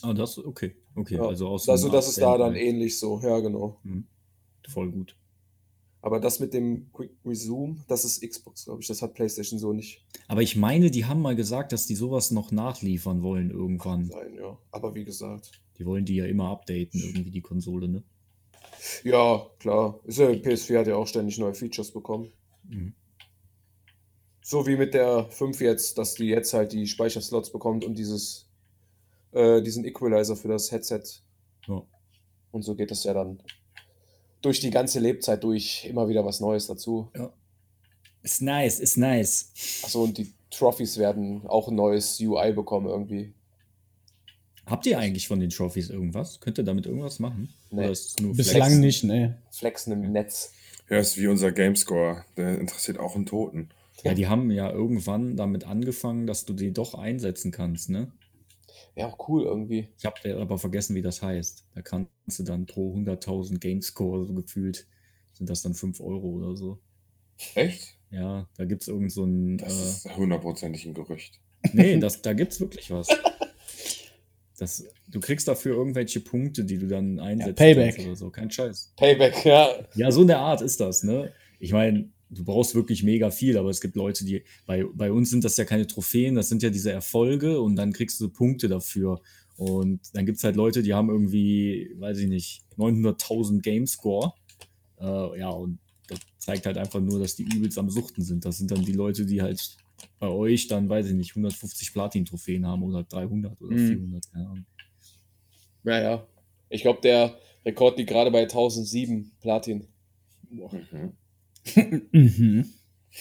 Speaker 4: ah, das, okay. Okay,
Speaker 5: Ja.
Speaker 4: also aus
Speaker 5: also
Speaker 4: dem
Speaker 5: das ist da dann
Speaker 4: Abstand-
Speaker 5: ähnlich so, ja genau.
Speaker 4: Voll gut.
Speaker 5: Aber das mit dem Quick Resume, das ist Xbox, glaube ich. Das hat PlayStation so nicht.
Speaker 4: Aber ich meine, die haben mal gesagt, dass die sowas noch nachliefern wollen irgendwann.
Speaker 5: Nein, ja. Aber wie gesagt.
Speaker 4: Die wollen die ja immer updaten, irgendwie die Konsole, ne?
Speaker 5: Ja, klar. Ist ja, PS4 hat ja auch ständig neue Features bekommen.
Speaker 4: Mhm.
Speaker 5: So wie mit der 5 jetzt, dass die jetzt halt die Speicherslots bekommt und dieses, äh, diesen Equalizer für das Headset.
Speaker 4: Ja.
Speaker 5: Und so geht das ja dann durch die ganze Lebzeit durch, immer wieder was Neues dazu.
Speaker 4: Ist nice, ist nice.
Speaker 5: Achso, und die Trophies werden auch ein neues UI bekommen irgendwie.
Speaker 4: Habt ihr eigentlich von den Trophies irgendwas? Könnt ihr damit irgendwas machen?
Speaker 5: Nee.
Speaker 4: Oder ist es nur
Speaker 6: Bislang
Speaker 4: Flex?
Speaker 6: nicht, ne.
Speaker 5: Flexen im Netz.
Speaker 3: Ja, ist wie unser Gamescore. Der interessiert auch einen Toten.
Speaker 4: Ja, die haben ja irgendwann damit angefangen, dass du die doch einsetzen kannst, ne?
Speaker 5: Ja, auch cool irgendwie.
Speaker 4: Ich habe aber vergessen, wie das heißt. Da kannst du dann pro 100.000 Gamescore so gefühlt, sind das dann 5 Euro oder so.
Speaker 3: Echt?
Speaker 4: Ja, da gibt's irgend so ein.
Speaker 3: Das
Speaker 4: äh,
Speaker 3: ist hundertprozentig ein Gerücht.
Speaker 4: Nee, das, da gibt's wirklich was. Das, du kriegst dafür irgendwelche Punkte, die du dann einsetzt.
Speaker 6: Payback.
Speaker 4: Oder so. Kein Scheiß.
Speaker 5: Payback, ja.
Speaker 4: Ja, so in der Art ist das, ne? Ich meine, du brauchst wirklich mega viel, aber es gibt Leute, die. Bei, bei uns sind das ja keine Trophäen, das sind ja diese Erfolge und dann kriegst du Punkte dafür. Und dann gibt's halt Leute, die haben irgendwie, weiß ich nicht, 900.000 Gamescore. Äh, ja, und das zeigt halt einfach nur, dass die übelst am Suchten sind. Das sind dann die Leute, die halt bei euch dann, weiß ich nicht, 150 Platin-Trophäen haben oder 300 oder
Speaker 7: Mhm.
Speaker 4: 400, keine Ahnung.
Speaker 5: Ja, ja. Ich glaube, der Rekord liegt gerade bei 1007
Speaker 6: *laughs*
Speaker 5: Platin.
Speaker 3: Mhm.
Speaker 6: Mhm.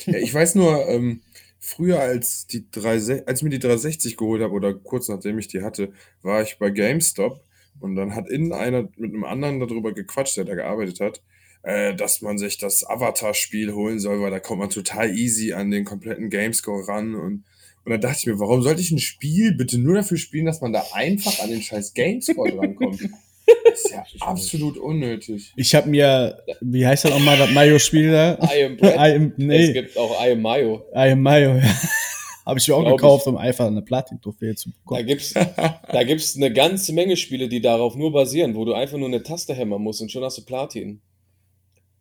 Speaker 3: Ja, ich weiß nur, ähm, früher als, die 360, als ich mir die 360 geholt habe oder kurz nachdem ich die hatte, war ich bei GameStop und dann hat innen einer mit einem anderen darüber gequatscht, der da gearbeitet hat. äh, dass man sich das Avatar-Spiel holen soll, weil da kommt man total easy an den kompletten Gamescore ran. Und, und dann dachte ich mir, warum sollte ich ein Spiel bitte nur dafür spielen, dass man da einfach an den scheiß Gamescore drankommt? Das ist ja absolut unnötig.
Speaker 6: Ich habe mir, wie heißt das nochmal, das Mayo-Spiel
Speaker 5: *laughs*
Speaker 6: da?
Speaker 5: I am Brett.
Speaker 6: I am,
Speaker 5: Es
Speaker 6: nee,
Speaker 5: gibt auch I am Mayo.
Speaker 6: I am Mayo, ja.
Speaker 5: *laughs*
Speaker 6: Habe ich mir auch
Speaker 5: Glaub
Speaker 6: gekauft, um einfach eine Platin-Trophäe zu
Speaker 5: Da
Speaker 6: bekommen. *laughs*
Speaker 5: gibt's, da gibt's eine ganze Menge Spiele, die darauf nur basieren, wo du einfach nur eine Taste hämmern musst und schon hast du Platin.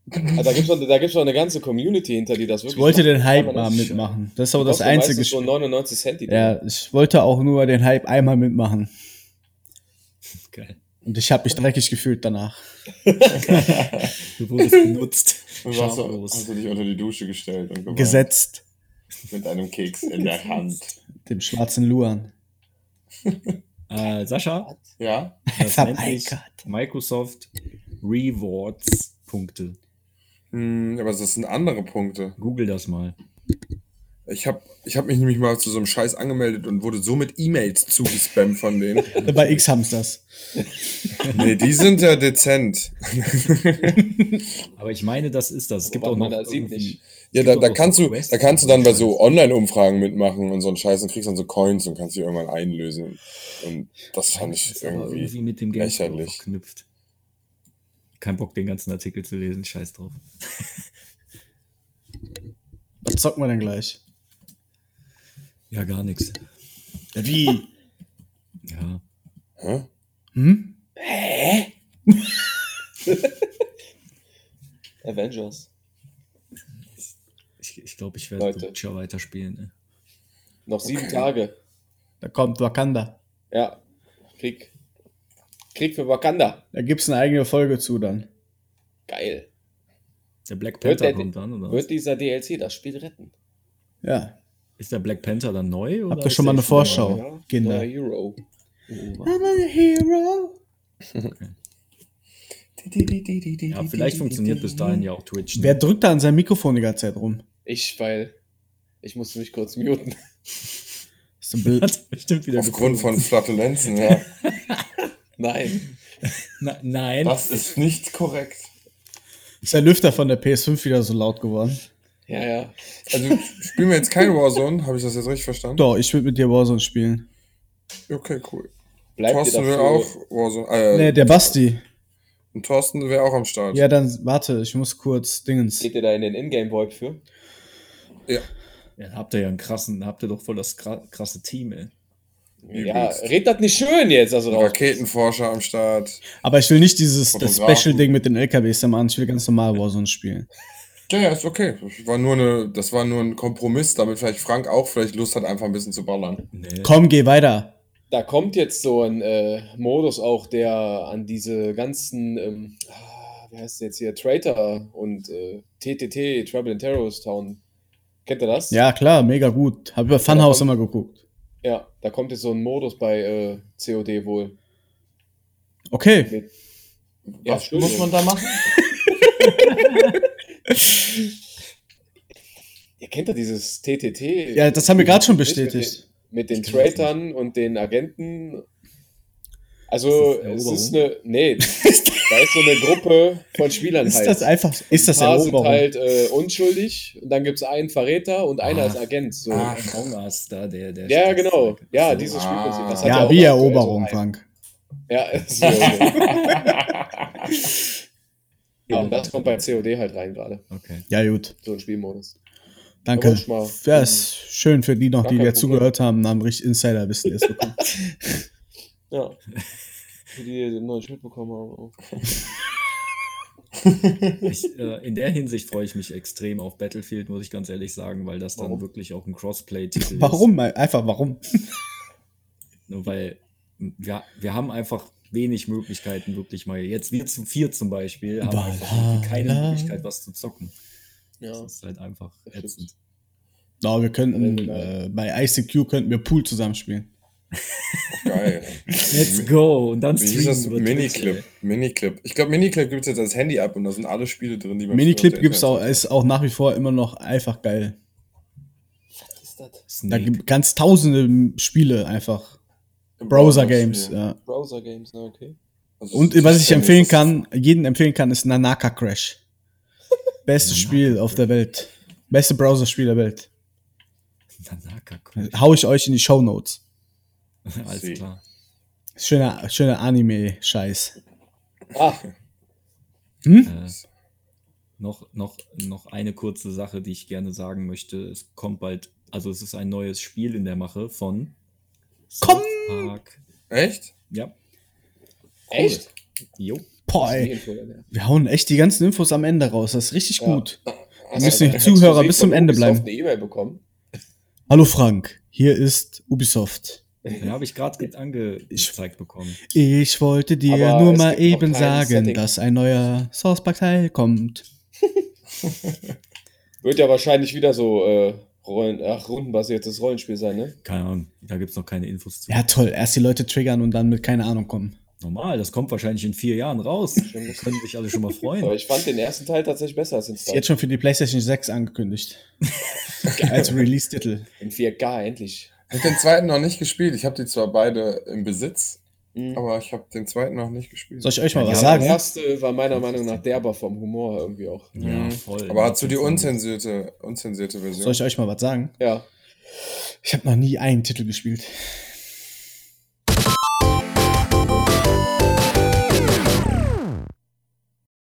Speaker 5: Also da gibt's noch, da gibt's noch eine ganze Community hinter, die das
Speaker 6: Ich
Speaker 5: wirklich
Speaker 6: wollte den Hype
Speaker 5: Aber
Speaker 6: mal
Speaker 5: das-
Speaker 6: mitmachen. Das ist aber
Speaker 5: Die
Speaker 6: das
Speaker 5: kosten
Speaker 6: einzige
Speaker 5: meistens so
Speaker 6: Spiel.
Speaker 5: 99 Cent die Dinger.
Speaker 6: Ja, ich wollte auch nur den Hype einmal mitmachen.
Speaker 4: Geil.
Speaker 6: Und ich habe mich dreckig gefühlt danach.
Speaker 4: Du *laughs* wurdest benutzt.
Speaker 3: Und was hast
Speaker 4: Schamlos.
Speaker 3: du dich unter die Dusche gestellt und geweint
Speaker 6: Gesetzt
Speaker 3: mit einem Keks in der Hand.
Speaker 6: dem schwarzen Luan.
Speaker 4: Äh, Sascha,
Speaker 3: Ja?
Speaker 4: das
Speaker 6: Oh
Speaker 4: nennt
Speaker 6: *laughs* mein
Speaker 4: sich
Speaker 6: Gott.
Speaker 4: Microsoft Rewards Punkte.
Speaker 3: Hm, aber das sind andere Punkte.
Speaker 4: Google das mal.
Speaker 3: Ich habe ich hab mich nämlich mal zu so einem Scheiß angemeldet und wurde so mit E-Mails zugespammt von *laughs* denen.
Speaker 6: Bei X haben das.
Speaker 3: nee, die sind ja dezent.
Speaker 4: Aber ich meine, das ist das. Es gibt
Speaker 5: Wobei
Speaker 4: auch noch
Speaker 5: man das sieht
Speaker 4: irgendwie-
Speaker 5: nicht.
Speaker 3: Ja,
Speaker 4: Gibt
Speaker 3: da,
Speaker 4: doch
Speaker 3: da,
Speaker 4: noch
Speaker 3: kannst
Speaker 4: so
Speaker 3: du,
Speaker 4: Quests
Speaker 3: da kannst du
Speaker 4: und so
Speaker 3: dann bei
Speaker 4: einen
Speaker 3: so Online-Umfragen mitmachen und so einen Scheiß und kriegst dann so Coins und kannst die irgendwann einlösen. Und das fand
Speaker 4: Das
Speaker 3: ich
Speaker 4: ist aber
Speaker 3: irgendwie.
Speaker 4: irgendwie mit dem Gamescore
Speaker 3: lächerlich.
Speaker 4: verknüpft. Kein Bock, den ganzen Artikel zu lesen. Scheiß drauf.
Speaker 6: Was zocken wir denn gleich?
Speaker 4: Ja, gar nichts.
Speaker 6: Wie?
Speaker 4: Ja.
Speaker 3: Hä?
Speaker 6: Hm?
Speaker 5: Avengers.
Speaker 4: Ich, ich glaube, ich werde
Speaker 5: Leute.
Speaker 4: The Witcher weiterspielen. ne? Ey.
Speaker 5: Noch sieben Tage.
Speaker 6: Da kommt Wakanda.
Speaker 5: Ja. Krieg. Krieg für Wakanda.
Speaker 6: Da gibt's eine eigene Folge zu dann.
Speaker 5: Geil.
Speaker 4: Der Black
Speaker 5: Wird
Speaker 4: Panther
Speaker 5: der-
Speaker 4: kommt dann, oder?
Speaker 5: Wird
Speaker 4: was?
Speaker 5: dieser DLC das Spiel retten?
Speaker 6: Ja.
Speaker 4: Ist der Black Panther dann neu? oder
Speaker 6: Habt ihr
Speaker 4: ist
Speaker 6: schon
Speaker 4: der
Speaker 6: mal eine
Speaker 4: schon neu?
Speaker 6: Vorschau, Kinder?
Speaker 5: Neuer Hero.
Speaker 6: I'm a hero. *laughs*
Speaker 4: Ja, vielleicht funktioniert bis dahin ja auch Twitch. ne?
Speaker 6: Wer drückt da an sein Mikrofon die ganze Zeit rum?
Speaker 5: Ich, weil. Ich musste mich kurz muten. *laughs*
Speaker 6: Ist ein Bild.
Speaker 4: hat bestimmt wieder
Speaker 3: Aufgrund von
Speaker 4: *laughs*
Speaker 3: Flatulenzen, ja.
Speaker 5: Nein.
Speaker 4: Na, nein.
Speaker 3: Das ist nicht korrekt.
Speaker 6: Ist der Lüfter von der PS5 wieder so laut geworden?
Speaker 5: Ja, ja.
Speaker 3: Also spielen wir jetzt kein Warzone, habe ich das jetzt richtig verstanden?
Speaker 6: Doch, ich würde mit dir Warzone spielen.
Speaker 3: Okay, cool.
Speaker 5: Bleibt dir
Speaker 3: Thorsten will
Speaker 5: dafür.
Speaker 3: auch Warzone. Äh,
Speaker 6: Nee, der Basti.
Speaker 3: Und Thorsten wäre auch am Start.
Speaker 6: Ja, dann warte, ich muss kurz Dingens.
Speaker 5: Geht ihr da in den Ingame-Void für?
Speaker 4: Ja, habt ihr ja einen krassen, habt ihr doch voll das kra- krasse Team, ey.
Speaker 5: Ja,
Speaker 3: Übelst.
Speaker 5: red das nicht schön jetzt, also raus.
Speaker 3: Raketenforscher am Start.
Speaker 6: Aber ich will nicht dieses das
Speaker 3: Fotografen.
Speaker 6: Special-Ding mit den LKWs da machen. Ich will ganz normal Warzone spielen.
Speaker 3: Ja, ja, ist okay. Das war nur, eine, das war nur ein Kompromiss, damit vielleicht Frank auch vielleicht Lust hat, einfach ein bisschen zu ballern.
Speaker 4: Nee.
Speaker 6: Komm, geh weiter.
Speaker 5: Da kommt jetzt so ein äh, Modus auch, der an diese ganzen, ähm, ah, wie heißt der jetzt hier, Traitor und äh, TTT, Trouble in Terrorist Town. Kennt ihr das?
Speaker 6: Ja, klar, mega gut. Hab über Funhouse immer geguckt.
Speaker 5: Ja, da kommt jetzt so ein Modus bei äh, COD wohl.
Speaker 6: Okay.
Speaker 5: Ja,
Speaker 3: Was muss man da machen?
Speaker 5: Ihr kennt ja dieses TTT.
Speaker 6: Ja, das haben wir gerade schon
Speaker 5: Mit den-
Speaker 6: bestätigt.
Speaker 5: Mit den
Speaker 4: Ich kenn das
Speaker 5: Traitern und den Agenten. Also,
Speaker 4: Ist das
Speaker 5: es
Speaker 4: Eroberung?
Speaker 5: ist eine. Nee, da ist so eine Gruppe von Spielern
Speaker 6: Ist
Speaker 5: halt.
Speaker 6: das einfach, ist das
Speaker 5: ein paar sind
Speaker 6: Eroberung?
Speaker 5: halt äh, unschuldig und dann gibt es einen Verräter und einer
Speaker 4: Ah.
Speaker 5: ist Agent. So.
Speaker 3: Ah.
Speaker 4: Der Augenarzt da, der, der
Speaker 5: Ja, genau. Ja,
Speaker 4: Ach so.
Speaker 5: dieses
Speaker 3: ah.
Speaker 5: Spielprinzip. Das hat
Speaker 6: Ja,
Speaker 5: auch
Speaker 6: wie
Speaker 5: aktuell so
Speaker 6: Eroberung,
Speaker 5: einen-
Speaker 6: Frank.
Speaker 5: Ja, *laughs* ist Eroberung. ja, und das kommt bei COD halt rein gerade.
Speaker 4: Okay.
Speaker 6: Ja, gut.
Speaker 5: So ein Spielmodus.
Speaker 6: Danke.
Speaker 5: Aber schon mal-
Speaker 6: Ja, ist schön für die noch,
Speaker 5: Gar
Speaker 6: die
Speaker 5: kein
Speaker 6: jetzt
Speaker 5: Problem.
Speaker 6: zugehört haben, haben richtig Insiderwissen jetzt bekommen.
Speaker 5: Ja. Für *laughs* die, die neuen Schild bekommen haben. auch.
Speaker 4: Ich, äh, in der Hinsicht freue ich mich extrem auf Battlefield, muss ich ganz ehrlich sagen, weil das dann
Speaker 5: Warum?
Speaker 4: wirklich auch ein Crossplay-Titel
Speaker 5: *laughs*
Speaker 4: ist.
Speaker 6: Warum? Einfach warum?
Speaker 4: Nur weil wir, wir haben einfach wenig Möglichkeiten, wirklich mal. Jetzt wir zu vier zum Beispiel haben
Speaker 6: Valhalla.
Speaker 4: einfach keine Möglichkeit, was zu zocken.
Speaker 5: Ja.
Speaker 4: Das ist halt einfach
Speaker 5: Das stimmt.
Speaker 4: ätzend.
Speaker 6: Na, wir könnten
Speaker 5: Wenn,
Speaker 6: äh, bei ICQ könnten wir Pool zusammenspielen.
Speaker 3: Geil.
Speaker 6: *laughs*
Speaker 4: Let's go! Und dann
Speaker 3: Wie hieß das?
Speaker 4: über Twitch,
Speaker 3: Miniclip.
Speaker 4: ey.
Speaker 3: Miniclip. Ich glaube, Miniclip gibt es jetzt als Handy-App und da sind alle Spiele drin, die man
Speaker 6: Miniclip
Speaker 3: früher
Speaker 6: gibt's
Speaker 3: auf
Speaker 6: auch,
Speaker 3: der
Speaker 6: ist auch nach wie vor immer noch einfach geil.
Speaker 5: Was ist das?
Speaker 6: Da
Speaker 4: Snake.
Speaker 6: gibt ganz tausende Spiele einfach.
Speaker 3: Internet-
Speaker 6: Browser
Speaker 3: Im
Speaker 6: Games,
Speaker 3: spielen.
Speaker 6: ja.
Speaker 5: Browser Games, na okay.
Speaker 3: Also,
Speaker 6: Und
Speaker 3: das
Speaker 6: was
Speaker 3: ist
Speaker 6: ich
Speaker 3: ja
Speaker 6: empfehlen
Speaker 3: nicht das-
Speaker 5: *laughs*
Speaker 6: kann, jeden empfehlen kann, ist Nanaka Crash. Beste Spiel auf der Welt. Beste Browser-Spiel der Welt.
Speaker 4: Nanaka, cool.
Speaker 6: Hau ich euch in die Show Notes.
Speaker 4: Alles klar.
Speaker 6: Schöner, schöner Anime-Scheiß.
Speaker 5: Ah,
Speaker 4: Äh, noch, noch, noch eine kurze Sache, die ich gerne sagen möchte. Es kommt bald, also es ist ein neues Spiel in der Mache von South Park.
Speaker 3: Echt?
Speaker 4: Ja.
Speaker 5: echt?
Speaker 3: *laughs*
Speaker 4: Jo.
Speaker 6: Boah,
Speaker 5: Die
Speaker 6: ey.
Speaker 5: Info, ja.
Speaker 6: Wir hauen echt die ganzen Infos am Ende raus. Das ist richtig
Speaker 5: Ja.
Speaker 6: gut.
Speaker 5: Hast
Speaker 6: müssen
Speaker 5: du
Speaker 6: die
Speaker 5: exklusiv
Speaker 6: Zuhörer bis zum
Speaker 5: von
Speaker 6: Ende
Speaker 5: Ubisoft
Speaker 6: bleiben.
Speaker 5: eine E-Mail bekommen.
Speaker 6: Hallo Frank, hier ist Ubisoft.
Speaker 4: Den habe ich gerade angezeigt bekommen.
Speaker 6: Ich wollte dir
Speaker 5: Aber
Speaker 6: nur
Speaker 5: es
Speaker 6: mal
Speaker 5: gibt noch
Speaker 6: eben
Speaker 5: kein
Speaker 6: sagen,
Speaker 5: Setting.
Speaker 6: dass ein neuer Source Park Teil kommt.
Speaker 5: Wird ja wahrscheinlich wieder so äh, Rollen, ach, rundenbasiertes Rollenspiel sein, ne?
Speaker 4: Keine Ahnung, da gibt es noch keine Infos zu.
Speaker 6: Ja, toll. Erst die Leute triggern und dann mit keine Ahnung kommen.
Speaker 4: Normal, das kommt wahrscheinlich in vier Jahren
Speaker 3: *laughs*
Speaker 4: raus. Da können sich alle schon mal
Speaker 5: Aber
Speaker 4: freuen.
Speaker 5: ich fand den ersten Teil tatsächlich besser als den
Speaker 6: Ist jetzt
Speaker 5: zweiten.
Speaker 6: schon für die PlayStation 6 *laughs* angekündigt. Als Release-Titel.
Speaker 5: In 4K endlich.
Speaker 3: Ich habe den zweiten noch nicht gespielt. Ich habe die zwar beide im Besitz,
Speaker 5: Mhm.
Speaker 3: aber ich habe den zweiten noch nicht gespielt.
Speaker 6: Soll ich euch mal was
Speaker 5: Der
Speaker 6: sagen?
Speaker 5: erste war meiner Meinung nach derber vom Humor irgendwie auch.
Speaker 4: Ja, voll.
Speaker 3: Mhm. aber hast du die unzensierte, unzensierte Version?
Speaker 6: Soll ich euch mal was sagen?
Speaker 5: Ja.
Speaker 6: Ich habe noch nie einen Titel gespielt.